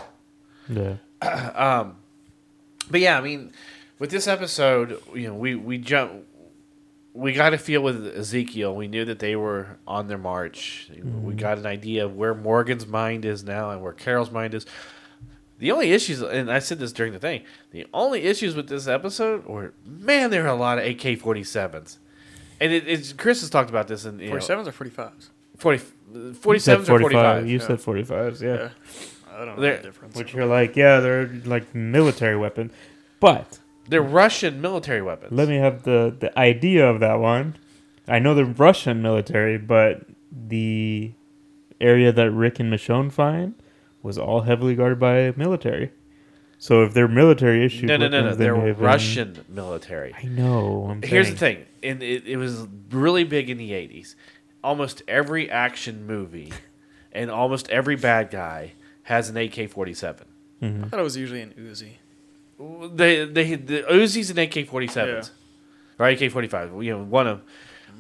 [SPEAKER 7] yeah.
[SPEAKER 6] But yeah, I mean, with this episode, you know, we we jump, we got a feel with Ezekiel. We knew that they were on their march. We
[SPEAKER 7] Mm-hmm.
[SPEAKER 6] got an idea of where Morgan's mind is now and where Carol's mind is. The only issues, and I said this during the thing, the only issues with this episode were, man, there are a lot of AK 47s. And it, it's, Chris has talked about this in you know,
[SPEAKER 1] Forty sevens or forty fives?
[SPEAKER 6] 40,
[SPEAKER 7] You said
[SPEAKER 6] 47s or 45.
[SPEAKER 7] You
[SPEAKER 1] yeah.
[SPEAKER 7] said 45s, yeah.
[SPEAKER 1] Yeah. I don't know
[SPEAKER 6] There-
[SPEAKER 1] the difference.
[SPEAKER 7] Which you're like, yeah, they're like military weapon. But
[SPEAKER 6] They're Russian military weapons.
[SPEAKER 7] let me have the, the idea of that one. I know the Russian military, but the area that Rick and Michonne find was all heavily guarded by military. So if they're military issues,
[SPEAKER 6] no, no, no, no.
[SPEAKER 7] weapons, they
[SPEAKER 6] They're
[SPEAKER 7] may have been-
[SPEAKER 6] Russian military.
[SPEAKER 7] I know. I'm
[SPEAKER 6] Here's the
[SPEAKER 7] saying.
[SPEAKER 6] thing, and it, it was really big in the '80s. Almost every action movie, and almost every bad guy has an AK-47.
[SPEAKER 1] I thought it was usually an Uzi.
[SPEAKER 6] They they the Uzis and AK-47s, or AK-45. You know, one of. 'em.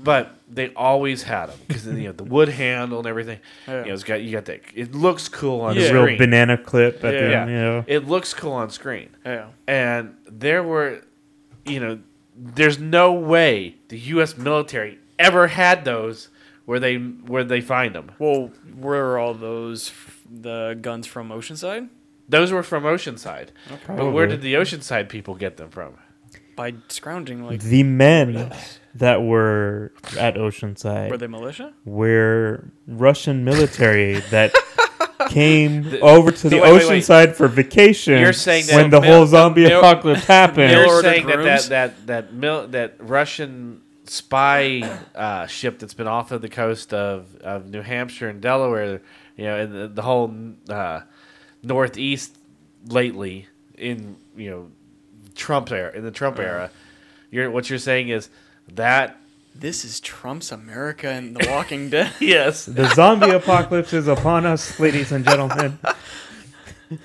[SPEAKER 6] But they always had them because you know the wood handle and everything.
[SPEAKER 1] Yeah.
[SPEAKER 6] You know, it's got you got that. It looks cool on
[SPEAKER 7] The
[SPEAKER 1] Yeah.
[SPEAKER 6] screen.
[SPEAKER 7] real banana clip at
[SPEAKER 1] Yeah.
[SPEAKER 7] the
[SPEAKER 6] yeah,
[SPEAKER 7] end, you know.
[SPEAKER 6] it looks cool on screen.
[SPEAKER 1] Yeah.
[SPEAKER 6] and there were, you know, there's no way the U.S. military ever had those where they where they find them.
[SPEAKER 1] Well, where are all those f- the guns from Oceanside?
[SPEAKER 6] Those were from Oceanside, but where
[SPEAKER 7] Probably.
[SPEAKER 6] did the Oceanside people get them from?
[SPEAKER 1] By scrounging like
[SPEAKER 7] The men that were at Oceanside
[SPEAKER 1] were they militia?
[SPEAKER 7] where Russian military that came over to the
[SPEAKER 6] wait, wait, wait.
[SPEAKER 7] oceanside for vacation
[SPEAKER 6] You're saying that
[SPEAKER 7] when the
[SPEAKER 6] mil-
[SPEAKER 7] whole zombie
[SPEAKER 6] mil-
[SPEAKER 7] apocalypse happened.
[SPEAKER 1] Mil-
[SPEAKER 6] They're
[SPEAKER 1] ordered
[SPEAKER 6] saying that that
[SPEAKER 1] grooms?
[SPEAKER 6] that that, mil- that Russian spy uh, ship that's been off of the coast of, of New Hampshire and Delaware, you know, and the, the whole uh, Northeast lately in you know Trump era in the Trump
[SPEAKER 7] Uh-huh.
[SPEAKER 6] era. You're what you're saying is that
[SPEAKER 1] This is Trump's America and The Walking Dead.
[SPEAKER 6] yes.
[SPEAKER 7] the zombie apocalypse is upon us, ladies and gentlemen.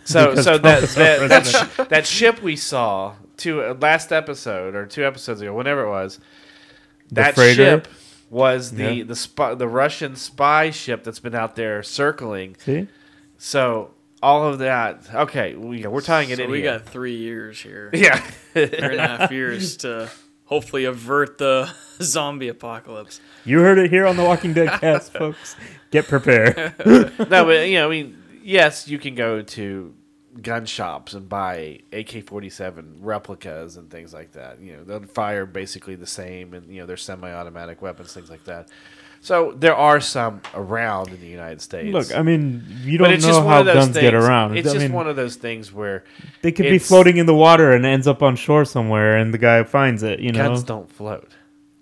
[SPEAKER 6] So
[SPEAKER 7] Because
[SPEAKER 6] so
[SPEAKER 7] Trump
[SPEAKER 6] that
[SPEAKER 7] is
[SPEAKER 6] that,
[SPEAKER 7] our
[SPEAKER 6] that, sh- that ship we saw two uh, last episode or two episodes ago, whenever it was. that
[SPEAKER 7] freighter?
[SPEAKER 6] ship was the
[SPEAKER 7] Yeah.
[SPEAKER 6] the spy, the Russian spy ship that's been out there circling.
[SPEAKER 7] See?
[SPEAKER 6] So all of that. Okay, we, yeah, we're tying it
[SPEAKER 1] so
[SPEAKER 6] in.
[SPEAKER 1] we
[SPEAKER 6] here.
[SPEAKER 1] got three years here,
[SPEAKER 6] yeah.
[SPEAKER 1] three and a half years to hopefully avert the zombie apocalypse.
[SPEAKER 7] You heard it here on the Walking Dead cast, folks. Get prepared.
[SPEAKER 6] No, but you know, I mean, yes, you can go to gun shops and buy AK-47 replicas and things like that. You know, they fire basically the same, and you know, they're semi-automatic weapons, things like that. So there are some around in the United States.
[SPEAKER 7] Look, I mean, you don't know how guns get around.
[SPEAKER 6] It's
[SPEAKER 7] I
[SPEAKER 6] just
[SPEAKER 7] mean,
[SPEAKER 6] one of those things where
[SPEAKER 7] they could be
[SPEAKER 6] it's-
[SPEAKER 7] floating in the water and ends up on shore somewhere, and the guy finds it. You know,
[SPEAKER 6] guns don't float.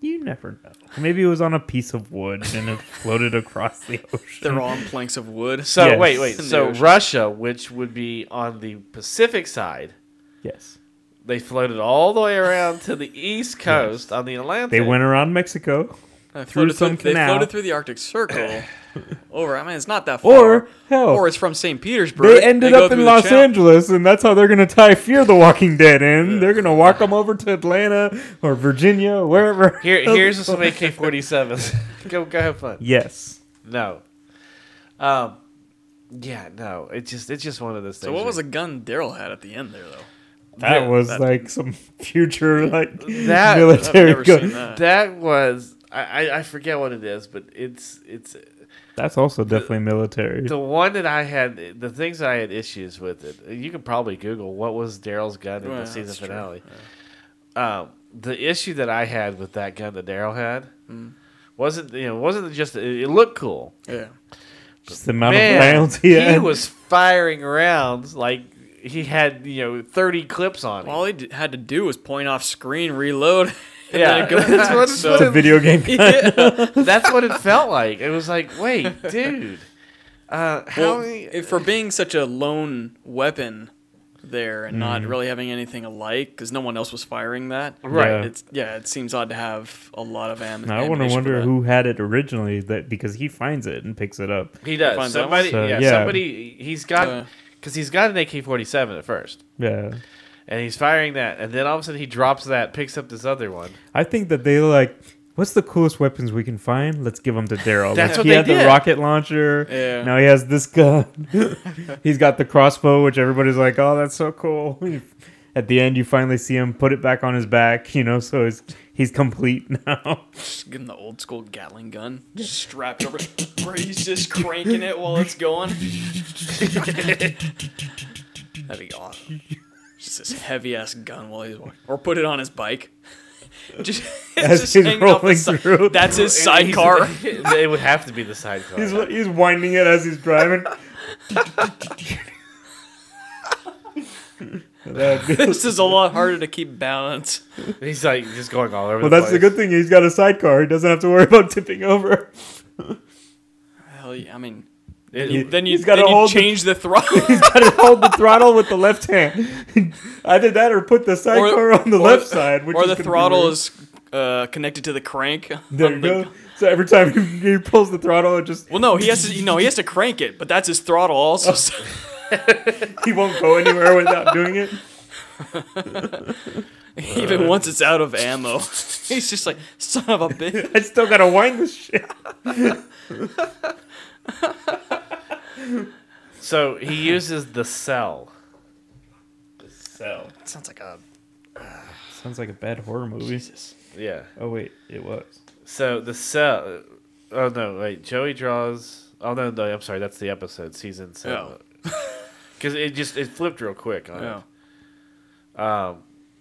[SPEAKER 7] you never know. Maybe it was on a piece of wood and it floated across the ocean.
[SPEAKER 1] They're all on planks of wood.
[SPEAKER 6] So
[SPEAKER 7] Yes.
[SPEAKER 6] wait, wait.
[SPEAKER 1] In the
[SPEAKER 6] So
[SPEAKER 1] ocean.
[SPEAKER 6] Russia, which would be on the Pacific side,
[SPEAKER 7] yes,
[SPEAKER 6] they floated all the way around to the East Coast on the Atlantic.
[SPEAKER 7] they went around Mexico,
[SPEAKER 1] I
[SPEAKER 7] through
[SPEAKER 1] floated
[SPEAKER 7] some
[SPEAKER 1] They
[SPEAKER 7] canal.
[SPEAKER 1] floated through the Arctic Circle. over. I mean, it's not that far.
[SPEAKER 7] or hell,
[SPEAKER 1] or it's from St. Petersburg.
[SPEAKER 7] they ended
[SPEAKER 1] go
[SPEAKER 7] up
[SPEAKER 1] through
[SPEAKER 7] in
[SPEAKER 1] the
[SPEAKER 7] Los
[SPEAKER 1] channel.
[SPEAKER 7] Angeles, and that's how they're going to tie Fear the Walking Dead in. They're going to walk them over to Atlanta or Virginia, wherever.
[SPEAKER 6] Here, here's some AK-47s. go, go have fun.
[SPEAKER 7] yes.
[SPEAKER 6] No. Um. Yeah, no. It's just it's just one of those things.
[SPEAKER 1] So what was
[SPEAKER 6] where-
[SPEAKER 1] the gun Daryl had at the end there, though?
[SPEAKER 7] That
[SPEAKER 6] Yeah,
[SPEAKER 7] was
[SPEAKER 1] that-
[SPEAKER 7] like some future like
[SPEAKER 6] That-
[SPEAKER 7] military
[SPEAKER 1] I've never
[SPEAKER 7] gun.
[SPEAKER 1] seen that.
[SPEAKER 6] that was I, I I forget what it is, but it's it's
[SPEAKER 7] That's also definitely military.
[SPEAKER 6] the one that I had the things I had issues with it. You can probably Google what was Daryl's gun in
[SPEAKER 1] Well,
[SPEAKER 6] the season
[SPEAKER 1] that's true.
[SPEAKER 6] finale. Um, the issue that I had with that gun that Daryl had
[SPEAKER 1] Mm.
[SPEAKER 6] wasn't you know wasn't just it, it looked cool.
[SPEAKER 1] Yeah.
[SPEAKER 7] Just the amount
[SPEAKER 6] Man,
[SPEAKER 7] of rounds he had.
[SPEAKER 6] he was firing rounds like he had you know thirty clips on. him.
[SPEAKER 1] All he d- had to do was point off screen, reload, and
[SPEAKER 6] Yeah,
[SPEAKER 1] then go
[SPEAKER 6] that's
[SPEAKER 1] back.
[SPEAKER 6] what-
[SPEAKER 1] so,
[SPEAKER 7] it's a video game. gun.
[SPEAKER 1] yeah.
[SPEAKER 6] That's what it felt like. It was like, wait, dude. Uh, how
[SPEAKER 1] Well,
[SPEAKER 6] many-
[SPEAKER 1] if for being such a lone weapon there and
[SPEAKER 7] Mm.
[SPEAKER 1] not really having anything alike, because no one else was firing that.
[SPEAKER 6] Right.
[SPEAKER 7] Yeah.
[SPEAKER 1] It's yeah. It seems odd to have a lot of am-
[SPEAKER 7] Now, I want to
[SPEAKER 1] ammunition for
[SPEAKER 7] wonder
[SPEAKER 1] that.
[SPEAKER 7] who had it originally that because he finds it and picks it up.
[SPEAKER 6] He does.
[SPEAKER 1] finds out.
[SPEAKER 6] Somebody,
[SPEAKER 7] So,
[SPEAKER 6] yeah,
[SPEAKER 7] yeah.
[SPEAKER 6] somebody. He's got
[SPEAKER 1] Yeah.
[SPEAKER 6] because he's got an AK forty seven at first,
[SPEAKER 7] Yeah.
[SPEAKER 6] and he's firing that, and then all of a sudden he drops that, picks up this other one.
[SPEAKER 7] I think that they like what's the coolest weapons we can find? Let's give them to Daryl.
[SPEAKER 6] That's
[SPEAKER 7] like,
[SPEAKER 6] what
[SPEAKER 7] he
[SPEAKER 6] they
[SPEAKER 7] had the
[SPEAKER 6] did.
[SPEAKER 7] rocket launcher.
[SPEAKER 1] Yeah.
[SPEAKER 7] Now he has this gun. He's got the crossbow, which everybody's like, "Oh, that's so cool." At the end, you finally see him put it back on his back. You know, so he's he's complete now.
[SPEAKER 1] Just give him the old school Gatling gun, just strapped over, where he's just cranking it while it's going. That'd be awesome. Just this heavy ass gun while he's walking, or put it on his bike. Just,
[SPEAKER 7] As
[SPEAKER 1] just
[SPEAKER 7] he's
[SPEAKER 1] hanging off the
[SPEAKER 7] rolling
[SPEAKER 1] si-
[SPEAKER 7] through.
[SPEAKER 1] That's his
[SPEAKER 6] He's-
[SPEAKER 1] sidecar.
[SPEAKER 6] it would have to be the sidecar.
[SPEAKER 7] He's he's winding it as he's driving. That'd be-
[SPEAKER 1] this is a lot harder to keep balance.
[SPEAKER 6] He's like just going all over.
[SPEAKER 7] well,
[SPEAKER 6] the
[SPEAKER 7] that's the good thing. He's got a sidecar. He doesn't have to worry about tipping over.
[SPEAKER 1] Hell yeah! I mean,
[SPEAKER 6] It,
[SPEAKER 1] you- then you,
[SPEAKER 7] he's gotta
[SPEAKER 1] then you
[SPEAKER 7] hold the-
[SPEAKER 1] change the, throttle.
[SPEAKER 7] He's got to hold the throttle with the left hand. Either that or put the sidecar on the
[SPEAKER 1] or-
[SPEAKER 7] left side. Which
[SPEAKER 1] or
[SPEAKER 7] is
[SPEAKER 1] the
[SPEAKER 7] gonna be
[SPEAKER 1] throttle
[SPEAKER 7] weird.
[SPEAKER 1] is uh, connected to the crank.
[SPEAKER 7] There
[SPEAKER 1] on
[SPEAKER 7] you
[SPEAKER 1] the-
[SPEAKER 7] go. So every time he, he pulls the throttle, it just
[SPEAKER 1] Well, no, he has to. You know, he has to crank it, but that's his throttle also. so-
[SPEAKER 7] he won't go anywhere without doing it.
[SPEAKER 1] Even once it's out of ammo, he's just like son of a bitch.
[SPEAKER 7] I still gotta wind this shit.
[SPEAKER 6] so he uses the cell.
[SPEAKER 7] So
[SPEAKER 1] Sounds like a
[SPEAKER 7] sounds like a bad horror movie.
[SPEAKER 6] Yeah.
[SPEAKER 7] Oh wait, it was.
[SPEAKER 6] So the cell. Oh no! Wait, Joey draws. Oh no! No, I'm sorry. That's the episode season seven. Because it just it flipped real quick. On
[SPEAKER 1] yeah.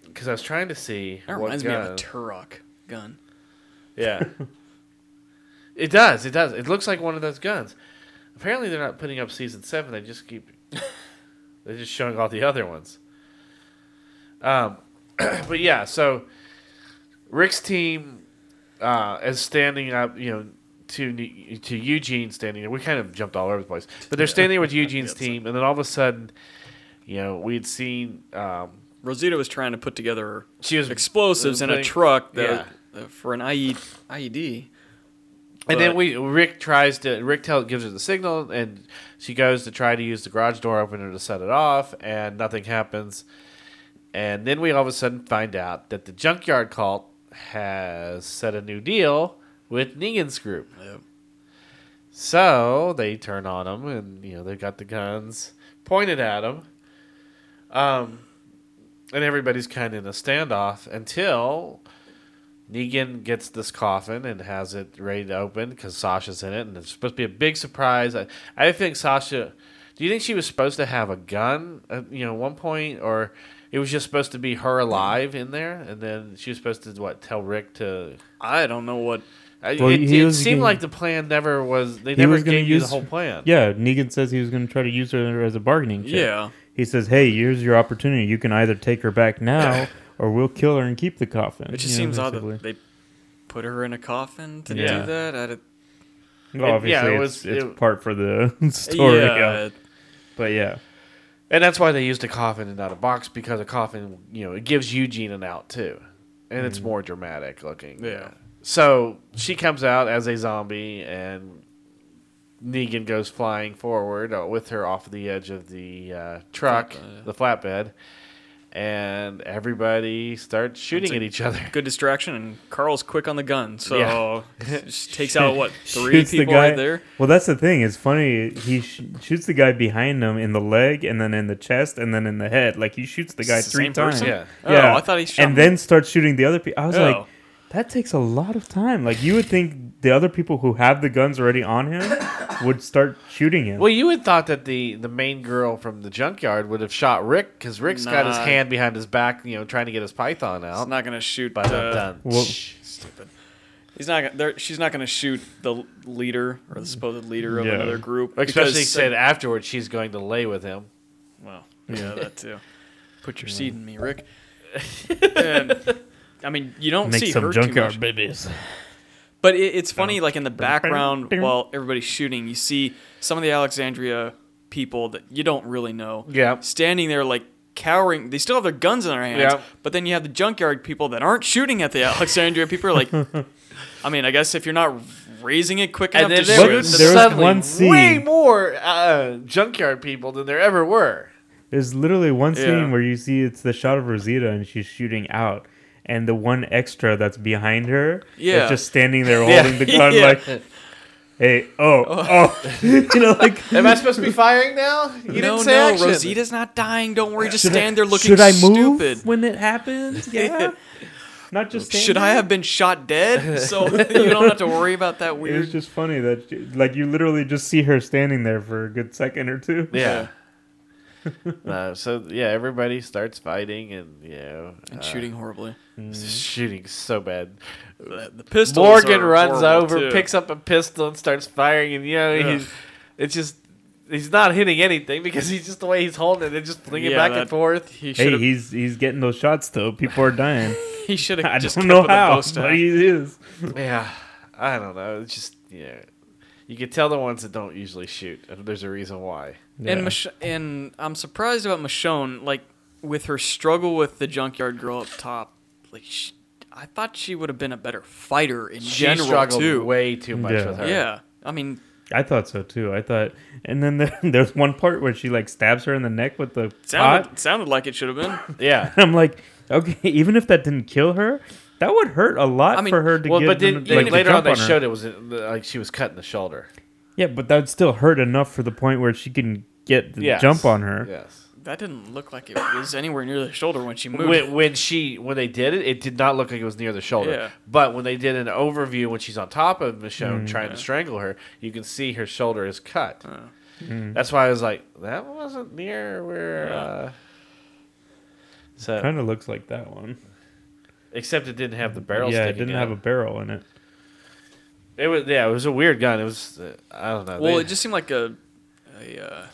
[SPEAKER 6] Because I was trying to see.
[SPEAKER 1] That
[SPEAKER 6] what
[SPEAKER 1] reminds me of a
[SPEAKER 6] gun-
[SPEAKER 1] Turok gun.
[SPEAKER 6] Yeah. it does. It does. It looks like one of those guns. Apparently, they're not putting up season seven. They just keep. they're just showing all the other ones. Um, but yeah. So Rick's team uh, is standing up. You know. To, Ne- to Eugene standing there. We kind of jumped all over the place. But they're standing there with Eugene's team, and then all of a sudden, you know, we'd seen um,
[SPEAKER 1] Rosita was trying to put together
[SPEAKER 6] She was-
[SPEAKER 1] explosives in a
[SPEAKER 6] putting-
[SPEAKER 1] truck that uh, for an IE, IED.
[SPEAKER 6] And then
[SPEAKER 1] But-
[SPEAKER 6] we Rick tries to Rick tell gives her the signal, and she goes to try to use the garage door opener to set it off, and nothing happens. And then we all of a sudden find out that the junkyard cult has set a new deal with Negan's group.
[SPEAKER 1] Yep.
[SPEAKER 6] So they turn on him, and you know they've got the guns pointed at him. Um, and everybody's kind of in a standoff until Negan gets this coffin and has it ready to open because Sasha's in it, and it's supposed to be a big surprise. I, I think Sasha. Do you think she was supposed to have a gun? At, you know, one point, or it was just supposed to be her alive in there, and then she was supposed to what tell Rick to.
[SPEAKER 1] I don't know what.
[SPEAKER 6] I-
[SPEAKER 7] Well,
[SPEAKER 6] it
[SPEAKER 7] he
[SPEAKER 6] it
[SPEAKER 7] was
[SPEAKER 6] seemed
[SPEAKER 7] gonna-
[SPEAKER 6] like the plan never was. They
[SPEAKER 7] He
[SPEAKER 6] never
[SPEAKER 7] was gonna
[SPEAKER 6] gave you the
[SPEAKER 7] use-
[SPEAKER 6] whole plan.
[SPEAKER 7] Yeah, Negan says he was going to try to use her as a bargaining chip.
[SPEAKER 1] Yeah.
[SPEAKER 7] He says, "Hey, here's your opportunity. You can either take her back now, or we'll kill her and keep the coffin."
[SPEAKER 1] It just
[SPEAKER 7] you know,
[SPEAKER 1] seems odd
[SPEAKER 7] basically.
[SPEAKER 1] that they put her in a coffin to
[SPEAKER 6] Yeah.
[SPEAKER 1] do that. I did
[SPEAKER 7] Well,
[SPEAKER 6] It-
[SPEAKER 7] obviously,
[SPEAKER 6] yeah, it
[SPEAKER 7] it's,
[SPEAKER 6] was-
[SPEAKER 7] it's
[SPEAKER 6] it-
[SPEAKER 7] part for the story.
[SPEAKER 1] yeah.
[SPEAKER 7] Yeah. But yeah,
[SPEAKER 6] And that's why they used a coffin and not a box because a coffin, you know, it gives Eugene an out too, and it's more dramatic looking.
[SPEAKER 1] Mm-hmm. Yeah.
[SPEAKER 6] So she comes out as a zombie, and Negan goes flying forward uh, with her off the edge of the uh, truck, the flatbed, and everybody starts shooting
[SPEAKER 1] It's a-
[SPEAKER 6] at each other.
[SPEAKER 1] Good distraction, and Carl's quick on the gun, so she takes out what three
[SPEAKER 7] Shoots the
[SPEAKER 1] people
[SPEAKER 7] guy-
[SPEAKER 1] right there.
[SPEAKER 7] Well, that's the thing. It's funny. He sh- shoots the guy behind him in the leg, and then in the chest, and then in the head. Like he shoots the guy
[SPEAKER 1] It's the
[SPEAKER 7] three
[SPEAKER 1] same
[SPEAKER 7] times.
[SPEAKER 1] person?
[SPEAKER 6] Yeah.
[SPEAKER 1] Oh, I thought he shot
[SPEAKER 7] and
[SPEAKER 1] him.
[SPEAKER 7] then starts shooting the other people. I was
[SPEAKER 1] Oh.
[SPEAKER 7] like, that takes a lot of time. Like you would think the other people who have the guns already on him would start shooting him.
[SPEAKER 6] Well, you would thought that the the main girl from the junkyard would have shot Rick because Rick's got his
[SPEAKER 1] Nah.
[SPEAKER 6] hand behind his back, you know, trying to get his python out.
[SPEAKER 1] He's not gonna shoot.
[SPEAKER 6] But
[SPEAKER 1] uh,
[SPEAKER 6] done.
[SPEAKER 7] Well-
[SPEAKER 1] Stupid. He's not. gonna- They're, she's not gonna shoot the leader or the supposed leader of
[SPEAKER 7] Yeah.
[SPEAKER 1] another group.
[SPEAKER 6] Especially
[SPEAKER 1] because-
[SPEAKER 6] said afterwards she's going to lay with him.
[SPEAKER 1] Well, yeah, that too. Put your seed in me, Rick. and, I mean, you don't
[SPEAKER 7] Make
[SPEAKER 1] see
[SPEAKER 7] some
[SPEAKER 1] her too
[SPEAKER 7] junkyard
[SPEAKER 1] much.
[SPEAKER 7] babies.
[SPEAKER 1] But it, it's funny, like in the background while everybody's shooting, you see some of the Alexandria people that you don't really know.
[SPEAKER 6] Yeah.
[SPEAKER 1] Standing there like cowering. They still have their guns in their hands.
[SPEAKER 6] Yeah.
[SPEAKER 1] But then you have the junkyard people that aren't shooting at the Alexandria people. Are like, I mean, I guess if you're not raising it quick
[SPEAKER 6] And
[SPEAKER 1] enough
[SPEAKER 6] then
[SPEAKER 1] to
[SPEAKER 6] there
[SPEAKER 1] shoot,
[SPEAKER 7] was-
[SPEAKER 6] was
[SPEAKER 1] then-
[SPEAKER 7] there was
[SPEAKER 6] suddenly
[SPEAKER 7] one scene-
[SPEAKER 6] way more uh, junkyard people than there ever were.
[SPEAKER 7] There's literally one scene
[SPEAKER 1] Yeah.
[SPEAKER 7] where you see it's the shot of Rosita and she's shooting out, and the one extra that's behind her
[SPEAKER 1] Yeah.
[SPEAKER 7] is just standing there
[SPEAKER 6] Yeah.
[SPEAKER 7] holding the gun
[SPEAKER 1] Yeah.
[SPEAKER 7] like, "Hey, oh, oh," you know, like.
[SPEAKER 6] Am I supposed to be firing now? You
[SPEAKER 1] no,
[SPEAKER 6] didn't say
[SPEAKER 1] no,
[SPEAKER 6] action.
[SPEAKER 1] Rosita's not dying. Don't worry. Just stand there looking
[SPEAKER 7] Should I move
[SPEAKER 1] stupid.
[SPEAKER 7] when it happens? Yeah, not just. stand
[SPEAKER 1] Should I
[SPEAKER 7] there?
[SPEAKER 1] have been shot dead? So you don't have to worry about that
[SPEAKER 7] It was
[SPEAKER 1] weird.
[SPEAKER 7] just funny that, she- like, you literally just see her standing there for a good second or two.
[SPEAKER 6] Yeah. No, so yeah, everybody starts fighting and you know
[SPEAKER 1] And
[SPEAKER 6] uh,
[SPEAKER 1] shooting horribly.
[SPEAKER 6] shooting so bad.
[SPEAKER 1] The, the pistols.
[SPEAKER 6] Morgan
[SPEAKER 1] are
[SPEAKER 6] runs
[SPEAKER 1] horrible,
[SPEAKER 6] over,
[SPEAKER 1] too.
[SPEAKER 6] picks up a pistol, and starts firing. And you know,
[SPEAKER 1] Ugh.
[SPEAKER 6] he's it's just he's not hitting anything because he's just the way he's holding it, and just flinging
[SPEAKER 1] Yeah,
[SPEAKER 6] back
[SPEAKER 1] that-
[SPEAKER 6] and forth.
[SPEAKER 1] He should
[SPEAKER 7] Hey,
[SPEAKER 1] have.
[SPEAKER 7] he's he's getting those shots though. People are dying.
[SPEAKER 1] he should
[SPEAKER 7] I
[SPEAKER 1] have just
[SPEAKER 7] don't
[SPEAKER 1] kept
[SPEAKER 7] know
[SPEAKER 1] with the bow
[SPEAKER 7] how,
[SPEAKER 1] staff.
[SPEAKER 7] but he is.
[SPEAKER 6] Yeah, I don't know. It's just yeah, you can tell the ones that don't usually shoot. and There's a reason why.
[SPEAKER 1] And Mich- and I'm surprised about Michonne, like with her struggle with the junkyard girl up top. Like, she, I thought she would have been a better fighter in
[SPEAKER 6] she
[SPEAKER 1] general
[SPEAKER 6] struggled
[SPEAKER 1] too.
[SPEAKER 6] way too much
[SPEAKER 7] Yeah.
[SPEAKER 6] with her.
[SPEAKER 1] yeah, I mean,
[SPEAKER 7] I thought so too. I thought, and then there, there's one part where she like stabs her in the neck with the
[SPEAKER 1] sounded
[SPEAKER 7] pot.
[SPEAKER 1] sounded like it should have been.
[SPEAKER 6] yeah.
[SPEAKER 7] I'm like, okay, even if that didn't kill her, that would hurt a lot
[SPEAKER 1] I mean,
[SPEAKER 7] for her to
[SPEAKER 6] Well,
[SPEAKER 7] get.
[SPEAKER 6] but then,
[SPEAKER 7] them-
[SPEAKER 6] then
[SPEAKER 7] to
[SPEAKER 6] later on
[SPEAKER 7] jump
[SPEAKER 6] they
[SPEAKER 7] her.
[SPEAKER 6] showed it was uh, like she was cutting the shoulder.
[SPEAKER 7] Yeah, but that would still hurt enough for the point where she can get the
[SPEAKER 6] Yes.
[SPEAKER 7] jump on her.
[SPEAKER 6] Yes.
[SPEAKER 1] That didn't look like it was anywhere near the shoulder when she moved.
[SPEAKER 6] When, when she when they did it, it did not look like it was near the shoulder.
[SPEAKER 1] Yeah.
[SPEAKER 6] But when they did an overview when she's on top of
[SPEAKER 7] Mm.
[SPEAKER 6] Michonne trying to strangle her, you can see her shoulder is cut.
[SPEAKER 7] Uh. Mm.
[SPEAKER 6] That's why I was like, that wasn't near where. Uh... So
[SPEAKER 7] Kind of looks like that one.
[SPEAKER 6] except it didn't have the barrel.
[SPEAKER 7] yeah, it
[SPEAKER 6] sticking
[SPEAKER 7] didn't
[SPEAKER 6] out.
[SPEAKER 7] have a barrel in it.
[SPEAKER 6] It was yeah, it was a weird gun. It was uh, I don't know.
[SPEAKER 1] well,
[SPEAKER 6] They-
[SPEAKER 1] it just seemed like a, a uh,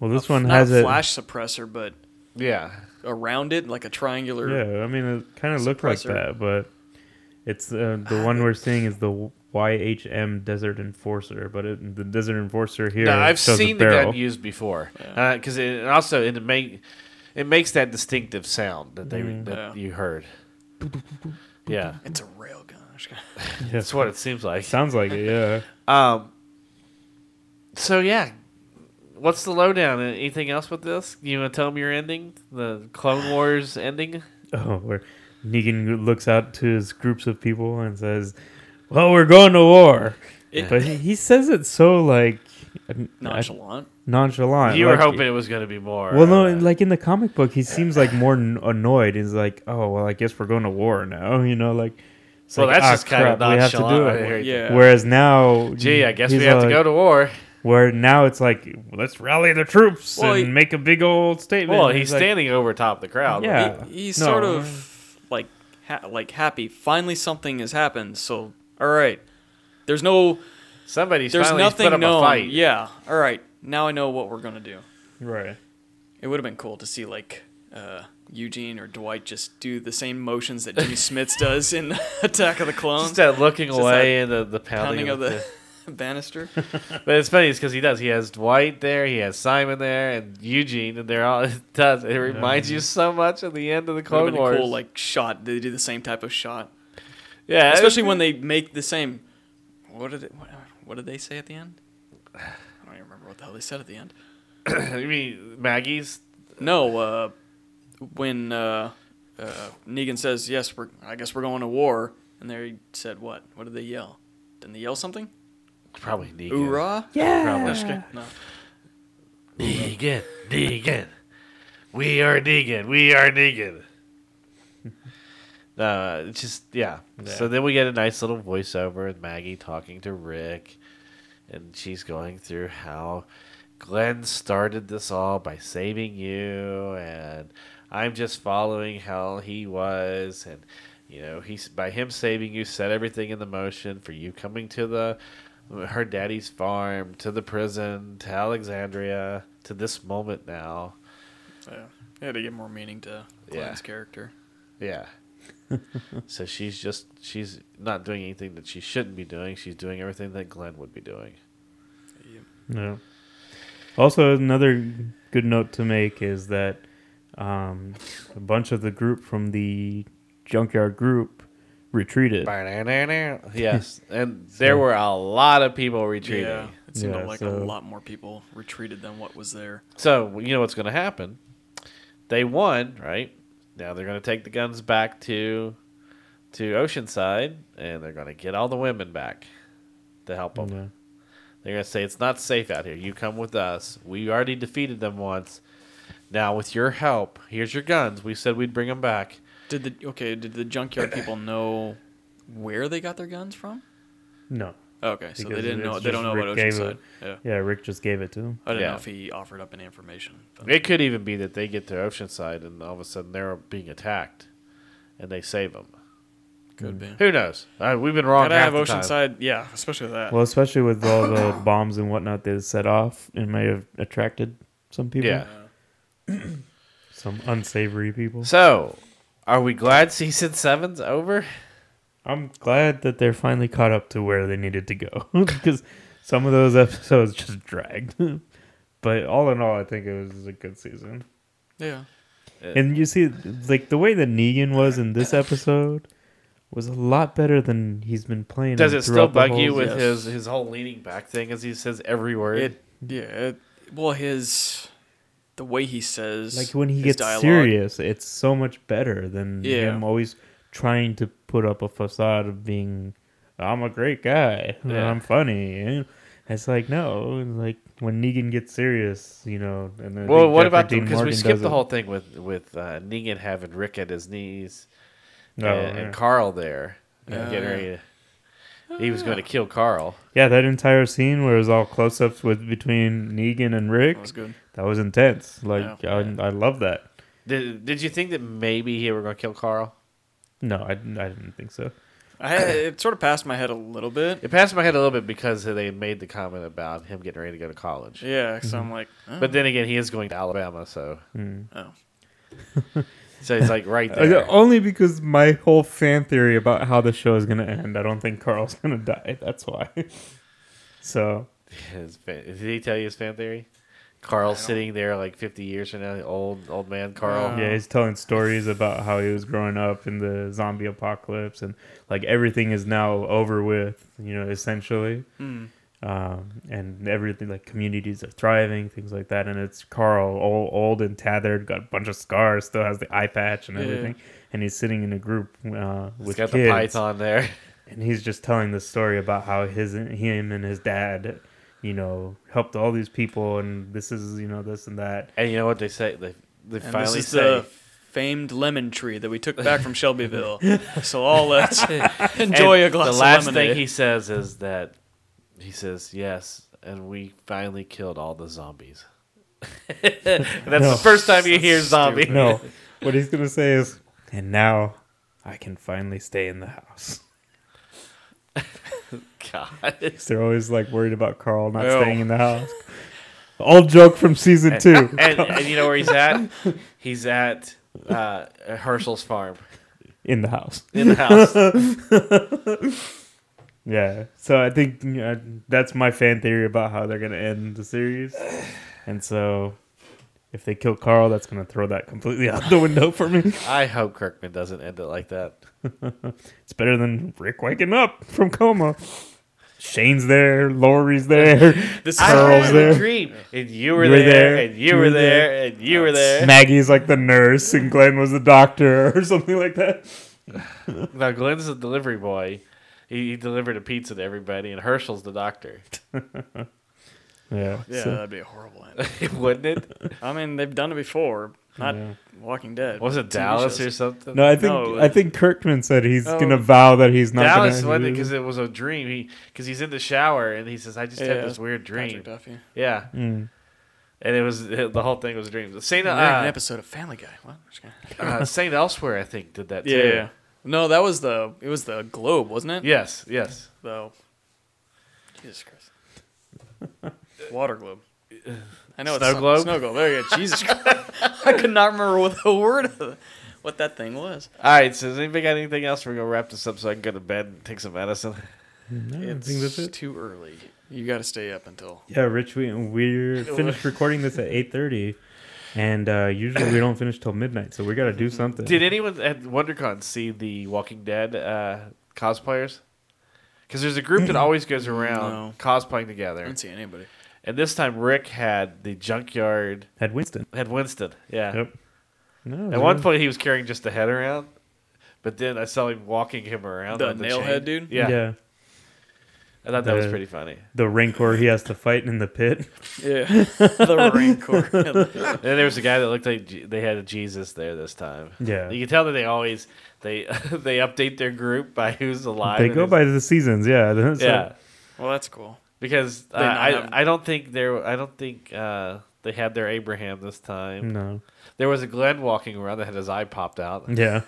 [SPEAKER 7] Well, this one
[SPEAKER 1] not
[SPEAKER 7] has
[SPEAKER 1] a
[SPEAKER 7] it.
[SPEAKER 1] flash suppressor, but
[SPEAKER 6] yeah,
[SPEAKER 1] around it, like a triangular.
[SPEAKER 7] Yeah, I mean, it kind of looked like
[SPEAKER 1] Suppressor.
[SPEAKER 7] that, but it's uh,
[SPEAKER 6] Ah,
[SPEAKER 7] the one we're seeing is the YHM Desert Enforcer, but it, the Desert Enforcer here.
[SPEAKER 6] no, I've
[SPEAKER 7] shows a
[SPEAKER 6] seen the
[SPEAKER 7] barrel.
[SPEAKER 6] gun used before because it and also it make it makes that distinctive sound that they
[SPEAKER 7] Mm.
[SPEAKER 6] that
[SPEAKER 1] Yeah.
[SPEAKER 6] you heard. Yeah,
[SPEAKER 1] It's a railgun.
[SPEAKER 6] that's what it seems like.
[SPEAKER 7] Sounds like it, yeah.
[SPEAKER 6] Um, so yeah, what's the lowdown? Anything else with this? You want to tell me your ending? The Clone Wars ending?
[SPEAKER 7] Oh, where Negan looks out to his groups of people and says, "Well, we're going to war,"
[SPEAKER 1] It-
[SPEAKER 7] but he- he says it so like
[SPEAKER 1] Nonchalant.
[SPEAKER 7] nonchalant.
[SPEAKER 6] You
[SPEAKER 7] Uh, like-
[SPEAKER 6] were hoping it was going to be more.
[SPEAKER 7] Well, no,
[SPEAKER 6] uh,
[SPEAKER 7] like in the comic book, he seems like more n- annoyed. He's like, "Oh, well, I guess we're going to war now," you know, like. It's
[SPEAKER 6] Well,
[SPEAKER 7] like,
[SPEAKER 6] that's
[SPEAKER 7] "Ah,
[SPEAKER 6] just kind of
[SPEAKER 7] crap, we have to
[SPEAKER 6] nonchalant.
[SPEAKER 7] do
[SPEAKER 6] Right
[SPEAKER 7] it.
[SPEAKER 6] here.
[SPEAKER 1] Yeah.
[SPEAKER 7] Whereas now,
[SPEAKER 6] Gee, I guess
[SPEAKER 7] he's
[SPEAKER 6] we have to
[SPEAKER 7] like-
[SPEAKER 6] go to war.
[SPEAKER 7] Where now it's like, let's rally the troops
[SPEAKER 1] Well,
[SPEAKER 7] and
[SPEAKER 1] he-
[SPEAKER 7] make a big old statement.
[SPEAKER 6] Well,
[SPEAKER 7] And
[SPEAKER 6] he's
[SPEAKER 7] like,
[SPEAKER 6] standing over top the crowd.
[SPEAKER 7] Yeah.
[SPEAKER 1] He- he's
[SPEAKER 7] No,
[SPEAKER 1] sort of like ha- like happy. Finally, something has happened. So all right, there's no
[SPEAKER 6] Somebody's
[SPEAKER 1] there's
[SPEAKER 6] finally
[SPEAKER 1] nothing
[SPEAKER 6] put up
[SPEAKER 1] known.
[SPEAKER 6] a fight.
[SPEAKER 1] Yeah. All right, now I know what we're gonna do.
[SPEAKER 7] right.
[SPEAKER 1] It would have been cool to see like uh, Eugene or Dwight just do the same motions that Jimmy Smits does in Attack of the Clones,
[SPEAKER 6] Just that looking
[SPEAKER 1] Just
[SPEAKER 6] away and the, the pounding,
[SPEAKER 1] pounding of the banister.
[SPEAKER 6] But it's funny because he does. He has Dwight there, he has Simon there, and Eugene, and they're all. It does. It reminds you so much of the end of the
[SPEAKER 1] Would have
[SPEAKER 6] Clone
[SPEAKER 1] been
[SPEAKER 6] Wars.
[SPEAKER 1] a cool like shot. They do the same type of shot,
[SPEAKER 6] yeah,
[SPEAKER 1] especially when they make the same. What did it, what, what did they say at the end? I don't even remember what the hell they said at the end.
[SPEAKER 6] I mean Maggie's.
[SPEAKER 1] No, uh, when uh, uh, Negan says, "Yes, we're I guess we're going to war," and they said, "What? What did they yell? Didn't they yell something?
[SPEAKER 6] Probably Negan.
[SPEAKER 1] Hoorah!"
[SPEAKER 6] Probably.
[SPEAKER 1] No.
[SPEAKER 6] Negan, Negan. We are Negan. We are Negan. Uh, it's just yeah. So then we get a nice little voiceover of Maggie talking to Rick, and she's going through how Glenn started this all by saving you, and I'm just following how he was, and you know he's by him saving you set everything in the motion for you coming to the her daddy's farm, to the prison, to Alexandria, to this moment now.
[SPEAKER 1] Yeah. They had to give more meaning to Glenn's
[SPEAKER 6] Yeah.
[SPEAKER 1] character.
[SPEAKER 6] Yeah. so she's just she's not doing anything that she shouldn't be doing. She's doing everything that Glenn would be doing.
[SPEAKER 7] Yeah. Also, another good note to make is that um, a bunch of the group from the junkyard group retreated.
[SPEAKER 6] Yes, and there were a lot of people retreating.
[SPEAKER 1] Yeah, it seemed
[SPEAKER 7] Yeah,
[SPEAKER 1] like a
[SPEAKER 7] so-
[SPEAKER 1] lot more people retreated than what was there.
[SPEAKER 6] So you know what's going to happen? They won, right? Now they're going to take the guns back to to Oceanside, and they're going to get all the women back to help them.
[SPEAKER 7] Yeah.
[SPEAKER 6] They're going to say it's not safe out here. You come with us. We already defeated them once. Now with your help, here's your guns. We said we'd bring them back.
[SPEAKER 1] Did the okay? Did the junkyard people know where they got their guns from? Oh,
[SPEAKER 7] No.
[SPEAKER 1] Okay, so they
[SPEAKER 7] Because
[SPEAKER 1] didn't know.
[SPEAKER 7] it's
[SPEAKER 1] They
[SPEAKER 7] just
[SPEAKER 1] don't know
[SPEAKER 7] Rick
[SPEAKER 1] about
[SPEAKER 7] gave
[SPEAKER 1] Oceanside.
[SPEAKER 7] it-
[SPEAKER 1] Yeah.
[SPEAKER 7] Yeah, Rick just gave it to him.
[SPEAKER 1] I don't
[SPEAKER 6] Yeah.
[SPEAKER 1] know if he offered up any information. But
[SPEAKER 6] It could even be that they get to Oceanside, and all of a sudden they're being attacked, and they save them.
[SPEAKER 7] Mm.
[SPEAKER 1] could be.
[SPEAKER 6] Who knows? Uh, we've been wrong.
[SPEAKER 1] Gotta have
[SPEAKER 6] half the time.
[SPEAKER 1] Oceanside. Yeah, especially that.
[SPEAKER 7] Well, especially with all the bombs and whatnot they set off, it may have attracted some people.
[SPEAKER 6] Yeah.
[SPEAKER 7] Some unsavory people.
[SPEAKER 6] So, are we glad season seven's over?
[SPEAKER 7] I'm glad that they're finally caught up to where they needed to go because some of those episodes just dragged. but all in all, I think it was a good season.
[SPEAKER 1] yeah.
[SPEAKER 7] And you see, like the way that Negan was in this episode was a lot better than he's been playing.
[SPEAKER 6] Does it still
[SPEAKER 7] throughout the
[SPEAKER 6] bug
[SPEAKER 7] whole-
[SPEAKER 6] you with
[SPEAKER 1] Yes.
[SPEAKER 6] his his whole leaning back thing as he says every word?
[SPEAKER 1] It. Yeah. It, well, his the way he says
[SPEAKER 7] like when he
[SPEAKER 1] his
[SPEAKER 7] gets
[SPEAKER 1] dialogue,
[SPEAKER 7] serious? It's so much better than
[SPEAKER 1] Yeah.
[SPEAKER 7] him always trying to put up a facade of being, I'm a great guy, and
[SPEAKER 6] Yeah.
[SPEAKER 7] I'm funny. and It's like no, it's like when Negan gets serious, you know. And I
[SPEAKER 6] well,
[SPEAKER 7] think
[SPEAKER 6] what about
[SPEAKER 7] Jeffrey Dean
[SPEAKER 6] because we
[SPEAKER 7] Morgan
[SPEAKER 6] skipped
[SPEAKER 7] does
[SPEAKER 6] the
[SPEAKER 7] it.
[SPEAKER 6] whole thing with with uh, Negan having Rick at his knees
[SPEAKER 7] Oh,
[SPEAKER 6] and,
[SPEAKER 7] yeah.
[SPEAKER 6] and Carl there and
[SPEAKER 1] Yeah.
[SPEAKER 6] getting ready. To, he was going to kill Carl.
[SPEAKER 7] yeah, that entire scene where it was all close-ups with between Negan and Rick
[SPEAKER 1] That was good.
[SPEAKER 7] That was intense. Like
[SPEAKER 1] Yeah.
[SPEAKER 7] I, I love that.
[SPEAKER 6] Did Did you think that maybe he were going to kill Carl?
[SPEAKER 7] No, I, didn't- I didn't think so.
[SPEAKER 1] I had, it sort of passed my head a little bit.
[SPEAKER 6] It passed my head a little bit because they had made the comment about him getting ready to go to college.
[SPEAKER 1] Yeah, so I'm like, oh. huh?
[SPEAKER 6] Mm-hmm. But then again, he is going to Alabama, so
[SPEAKER 7] Hmm.
[SPEAKER 1] oh.
[SPEAKER 6] so it's like right
[SPEAKER 7] Uh,
[SPEAKER 6] there.
[SPEAKER 7] Only because my whole fan theory about how the show is gonna end. I don't think Carl's gonna die. That's why. so
[SPEAKER 6] His fan, did he tell you his fan theory? Carl's sitting there like 50 years from now, the old old man Carl.
[SPEAKER 1] Yeah.
[SPEAKER 7] yeah, he's telling stories about how he was growing up in the zombie apocalypse and like everything is now over with. You know, essentially.
[SPEAKER 6] Hmm.
[SPEAKER 7] Um, and everything like communities are thriving, things like that. And it's Carl, all old and tethered, got a bunch of scars, still has the eye patch and
[SPEAKER 1] Yeah.
[SPEAKER 7] everything. And he's sitting in a group uh,
[SPEAKER 6] He's
[SPEAKER 7] with
[SPEAKER 6] got
[SPEAKER 7] kids.
[SPEAKER 6] the python there.
[SPEAKER 7] and he's just telling the story about how his him and his dad you know helped all these people and this is you know this and that
[SPEAKER 6] And you know what they say? They, they
[SPEAKER 1] And
[SPEAKER 6] finally
[SPEAKER 1] this is
[SPEAKER 6] say,
[SPEAKER 1] the famed lemon tree that we took back from Shelbyville. so all let's enjoy a
[SPEAKER 6] And
[SPEAKER 1] glass
[SPEAKER 6] The last
[SPEAKER 1] of lemonade.
[SPEAKER 6] thing he says is that he says yes, and we finally killed all the zombies. And that's
[SPEAKER 7] No.
[SPEAKER 6] the first time you hear zombie.
[SPEAKER 7] No, what he's gonna say is, and now I can finally stay in the house.
[SPEAKER 6] God.
[SPEAKER 7] 'Cause They're always like worried about Carl not
[SPEAKER 1] Oh.
[SPEAKER 7] staying in the house. Old joke from season two.
[SPEAKER 6] and, and you know where he's at? He's at uh, Herschel's farm
[SPEAKER 7] in the house.
[SPEAKER 6] in the house.
[SPEAKER 7] Yeah. So I think you know, that's my fan theory about how they're going to end the series. And so if they kill Carl, that's going to throw that completely out the window for me.
[SPEAKER 6] I hope Kirkman doesn't end it like that.
[SPEAKER 7] It's better than Rick waking up from coma. Shane's there, Lori's there,
[SPEAKER 1] This
[SPEAKER 7] Carl's
[SPEAKER 6] I
[SPEAKER 7] there.
[SPEAKER 6] had a dream, and you were, there, and you were there, and you were there.
[SPEAKER 7] Maggie's like the nurse, and Glenn was the doctor, or something like that.
[SPEAKER 6] Now Glenn's the delivery boy. He, he delivered a pizza to everybody, and Herschel's the doctor.
[SPEAKER 7] Yeah.
[SPEAKER 1] yeah,
[SPEAKER 7] so-
[SPEAKER 1] that'd be a horrible end.
[SPEAKER 6] Wouldn't it?
[SPEAKER 1] I mean, they've done it before. Not Walking Dead.
[SPEAKER 6] Was it
[SPEAKER 1] TV
[SPEAKER 6] Dallas or
[SPEAKER 1] shows.
[SPEAKER 6] something?
[SPEAKER 7] no, I think
[SPEAKER 1] No,
[SPEAKER 7] I think Kirkman said he's
[SPEAKER 6] Oh.
[SPEAKER 7] gonna vow that he's not
[SPEAKER 6] Dallas
[SPEAKER 7] gonna.
[SPEAKER 6] wasn't it because it was a dream. He because he's in the shower and he says, "I just
[SPEAKER 1] Yeah,
[SPEAKER 6] had this weird dream."
[SPEAKER 1] Patrick Duffy.
[SPEAKER 6] Yeah, and it was the whole thing was a dream. Saint
[SPEAKER 1] They're in an
[SPEAKER 6] uh,
[SPEAKER 1] episode of Family Guy. What? I'm just kidding.
[SPEAKER 6] uh, Saint Elsewhere, I think, did that too.
[SPEAKER 1] Yeah, yeah. No, that was the it was the Globe, wasn't it?
[SPEAKER 6] Yes, yes.
[SPEAKER 1] Though. Jesus Christ. Water Globe. I
[SPEAKER 6] Snow
[SPEAKER 1] know it's some-
[SPEAKER 6] globe?
[SPEAKER 1] Snow Globe. There you go. Jesus Christ. I could not remember what the word of what that thing was.
[SPEAKER 6] All right. So, does anybody got anything else? We're gonna wrap this up so I can go to bed and take some medicine.
[SPEAKER 1] It's
[SPEAKER 7] think that's it.
[SPEAKER 1] too early. You got to stay up until
[SPEAKER 7] Yeah, Rich, we we're finished recording this at eight thirty, and uh, usually we don't finish till midnight, so we got to do something.
[SPEAKER 6] Did anyone at WonderCon see the Walking Dead uh, cosplayers? Because there's a group that always goes around
[SPEAKER 1] No.
[SPEAKER 6] cosplaying
[SPEAKER 1] I
[SPEAKER 6] together,
[SPEAKER 1] didn't see anybody.
[SPEAKER 6] and this time Rick had the junkyard
[SPEAKER 7] Had Winston.
[SPEAKER 6] had Winston. Yeah.
[SPEAKER 7] Yep. No.
[SPEAKER 6] At one point, he was carrying just the head around, but then I saw him walking him around.
[SPEAKER 1] The
[SPEAKER 6] on
[SPEAKER 1] nail
[SPEAKER 6] chain.
[SPEAKER 1] head dude?
[SPEAKER 6] Yeah,
[SPEAKER 7] yeah,
[SPEAKER 6] I thought that was
[SPEAKER 7] The-
[SPEAKER 6] pretty funny.
[SPEAKER 7] the rancor he has to fight in the pit.
[SPEAKER 1] Yeah. the Rancor.
[SPEAKER 6] And then there was a guy that looked like Je- they had a Jesus there this time.
[SPEAKER 7] Yeah.
[SPEAKER 6] you can tell that they always they they update their group by who's alive.
[SPEAKER 7] They
[SPEAKER 6] and
[SPEAKER 7] go
[SPEAKER 6] who's-
[SPEAKER 7] by the seasons. Yeah. So-
[SPEAKER 6] yeah.
[SPEAKER 1] well, that's cool.
[SPEAKER 6] because uh,
[SPEAKER 1] They not have-
[SPEAKER 6] I I don't think there I don't think uh, they had their Abraham this time.
[SPEAKER 7] No.
[SPEAKER 6] There was a Glenn walking around that had his eye popped out.
[SPEAKER 7] Yeah.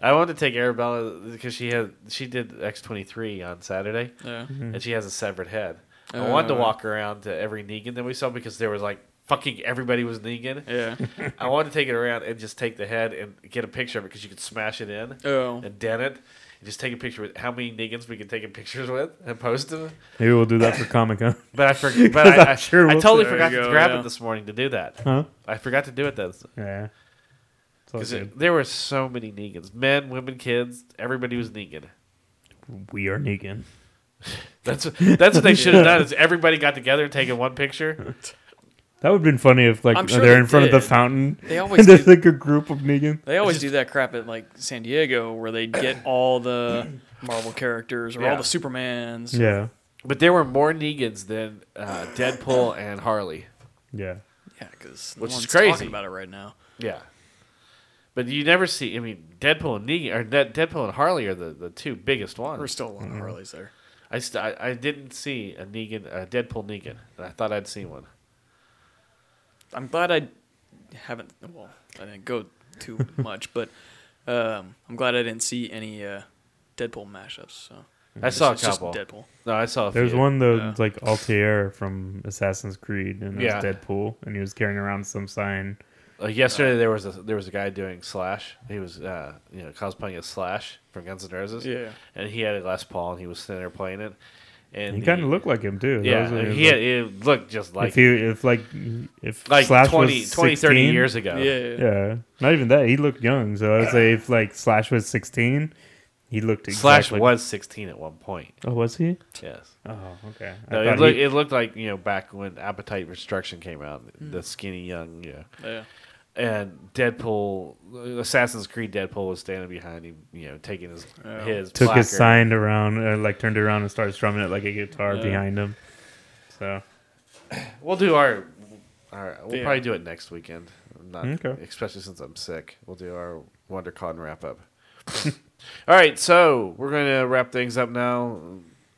[SPEAKER 6] I wanted to take Arabella because she had she did X twenty three on Saturday
[SPEAKER 1] Yeah.
[SPEAKER 7] Hmm.
[SPEAKER 6] and she has a severed head. I wanted to
[SPEAKER 1] Uh.
[SPEAKER 6] walk around to every Negan that we saw because there was like fucking everybody was Negan.
[SPEAKER 1] Yeah.
[SPEAKER 6] I wanted to take it around and just take the head and get a picture of it because you could smash it in
[SPEAKER 1] Oh.
[SPEAKER 6] and dent it. And just take a picture with how many Negans we could take pictures with and post them.
[SPEAKER 7] Maybe we'll do that for Comic Con.
[SPEAKER 6] But I forgot. But
[SPEAKER 7] 'Cause
[SPEAKER 6] I,
[SPEAKER 7] I'm
[SPEAKER 6] I,
[SPEAKER 7] sure
[SPEAKER 6] I
[SPEAKER 7] we'll
[SPEAKER 6] totally
[SPEAKER 1] see.
[SPEAKER 6] forgot
[SPEAKER 1] There you
[SPEAKER 6] to
[SPEAKER 1] go,
[SPEAKER 6] grab
[SPEAKER 1] yeah.
[SPEAKER 6] it this morning to do that.
[SPEAKER 7] Huh? Oh,
[SPEAKER 6] I forgot to do it then
[SPEAKER 7] Yeah. It's all
[SPEAKER 6] because
[SPEAKER 7] good.
[SPEAKER 6] there were so many Negans, men, women, kids. Everybody was Negan.
[SPEAKER 7] we are Negan.
[SPEAKER 6] That's that's what they should have done. Is everybody got together and taken one picture?
[SPEAKER 7] That would have been funny if like
[SPEAKER 1] I'm sure
[SPEAKER 7] they're
[SPEAKER 1] they
[SPEAKER 7] in front of
[SPEAKER 1] did.
[SPEAKER 7] the fountain.
[SPEAKER 1] They always
[SPEAKER 7] and there's
[SPEAKER 1] do.
[SPEAKER 7] like a group of Negan.
[SPEAKER 1] They always do that crap at like San Diego where they get all the Marvel characters or all
[SPEAKER 6] Yeah.
[SPEAKER 1] the Supermans.
[SPEAKER 7] Yeah.
[SPEAKER 6] But there were more Negans than uh, Deadpool and Harley.
[SPEAKER 7] Yeah.
[SPEAKER 1] Yeah, because
[SPEAKER 6] Which
[SPEAKER 1] no
[SPEAKER 6] is
[SPEAKER 1] one's
[SPEAKER 6] crazy.
[SPEAKER 1] talking about it right now.
[SPEAKER 6] Yeah. But you never see. I mean, Deadpool and Negan, or De- Deadpool and Harley are the, the two biggest
[SPEAKER 1] There's
[SPEAKER 6] ones.
[SPEAKER 1] still a lot of Harleys there.
[SPEAKER 6] I, st- I I didn't see a Negan, a Deadpool Negan. And I thought I'd seen one.
[SPEAKER 1] I'm glad I haven't. Well, I didn't go too much, but um, I'm glad I didn't see any uh, Deadpool mashups. So
[SPEAKER 6] I saw a
[SPEAKER 1] Mm-hmm. It's just
[SPEAKER 6] couple.
[SPEAKER 1] Deadpool.
[SPEAKER 6] No, I saw. A
[SPEAKER 7] There's
[SPEAKER 6] few.
[SPEAKER 7] one though,
[SPEAKER 1] Yeah.
[SPEAKER 7] it's like Altair from Assassin's Creed, and it
[SPEAKER 6] Yeah.
[SPEAKER 7] was Deadpool, and he was carrying around some sign.
[SPEAKER 6] Uh, yesterday there was a there was a guy doing Slash. He was uh, you know cosplaying as Slash from Guns N' Roses.
[SPEAKER 1] Yeah.
[SPEAKER 6] and he had a glass Paul and he was sitting there playing it. And
[SPEAKER 7] He kind of looked like him too. That
[SPEAKER 6] yeah.
[SPEAKER 7] was what it was
[SPEAKER 6] he had, it looked just
[SPEAKER 7] like,
[SPEAKER 6] like
[SPEAKER 7] if he if like if
[SPEAKER 6] like
[SPEAKER 7] Slash
[SPEAKER 6] 20,
[SPEAKER 7] was
[SPEAKER 6] 20 30
[SPEAKER 7] 16,
[SPEAKER 6] years ago.
[SPEAKER 1] Yeah, yeah, yeah.
[SPEAKER 7] Yeah, not even that. He looked young, so I would say if like Slash was sixteen, he looked
[SPEAKER 6] Slash
[SPEAKER 7] exactly.
[SPEAKER 6] was sixteen at one point.
[SPEAKER 7] Oh, was he?
[SPEAKER 6] Yes,
[SPEAKER 7] Oh, okay. I
[SPEAKER 6] No,
[SPEAKER 7] thought
[SPEAKER 6] it, looked,
[SPEAKER 7] he-
[SPEAKER 6] it looked like you know back when Appetite Restriction came out, the skinny young you know,
[SPEAKER 1] yeah.
[SPEAKER 6] and Deadpool, Assassin's Creed Deadpool was standing behind him, you know, taking his his
[SPEAKER 7] took his
[SPEAKER 6] placard.
[SPEAKER 7] sign around, uh, like turned around and started strumming it like a guitar
[SPEAKER 1] Yeah.
[SPEAKER 7] behind him. So
[SPEAKER 6] We'll do our. our we'll
[SPEAKER 1] Yeah.
[SPEAKER 6] probably do it next weekend. Not
[SPEAKER 7] Okay.
[SPEAKER 6] especially since I'm sick. We'll do our WonderCon wrap up. All right, so we're going to wrap things up now,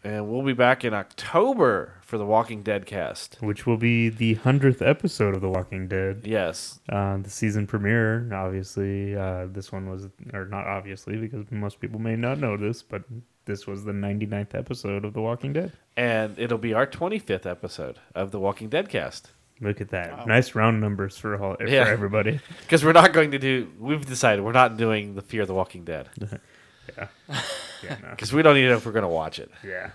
[SPEAKER 6] and we'll be back in October for the Walking Dead cast.
[SPEAKER 7] which will be the hundredth episode of The Walking Dead.
[SPEAKER 6] Yes,
[SPEAKER 7] Uh, the season premiere, obviously. Uh, this one was, or not obviously, because most people may not know this, but this was the 99th episode of The Walking Dead.
[SPEAKER 6] and it'll be our 25th episode of the Walking Dead cast
[SPEAKER 7] Look at that! Nice round numbers for all
[SPEAKER 6] Yeah.
[SPEAKER 7] for everybody.
[SPEAKER 6] because we're not going to do. We've decided we're not doing the Fear of the Walking Dead
[SPEAKER 7] Yeah, no.
[SPEAKER 6] because we don't even know if we're going to watch it.
[SPEAKER 7] yeah.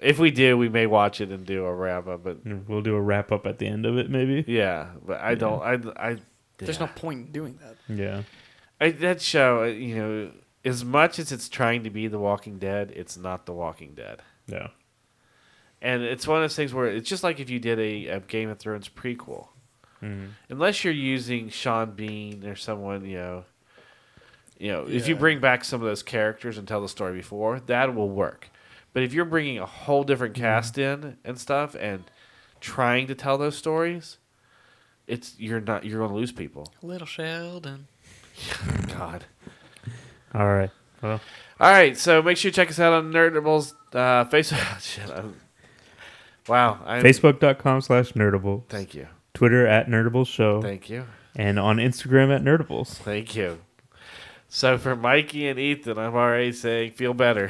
[SPEAKER 6] If we do, we may watch it and do a wrap up, but
[SPEAKER 7] We'll do a wrap up at the end of it, maybe.
[SPEAKER 6] Yeah, but I don't. I I
[SPEAKER 1] There's
[SPEAKER 6] yeah.
[SPEAKER 1] no point in doing that.
[SPEAKER 7] Yeah,
[SPEAKER 6] I, that show. uh, You know, as much as it's trying to be The Walking Dead, it's not The Walking Dead,
[SPEAKER 7] yeah,
[SPEAKER 6] and it's one of those things where it's just like if you did a, a Game of Thrones prequel. Unless you're using Sean Bean or someone, you know, you know, if you
[SPEAKER 1] Yeah.
[SPEAKER 6] bring back some of those characters and tell the story before, that will work. But if you're bringing a whole different cast in and stuff and trying to tell those stories, it's you're not you're going to lose people.
[SPEAKER 1] Little Sheldon.
[SPEAKER 6] God.
[SPEAKER 7] All right. Well,
[SPEAKER 6] All right, so make sure you check us out on Nerdables uh, Facebook. Shit, I'm, wow. I'm,
[SPEAKER 7] Facebook.com slash Nerdable.
[SPEAKER 6] Thank you.
[SPEAKER 7] Twitter at Nerdable Show.
[SPEAKER 6] Thank you.
[SPEAKER 7] and on Instagram at Nerdables.
[SPEAKER 6] Thank you. So for Mikey and Ethan, I'm already saying feel better.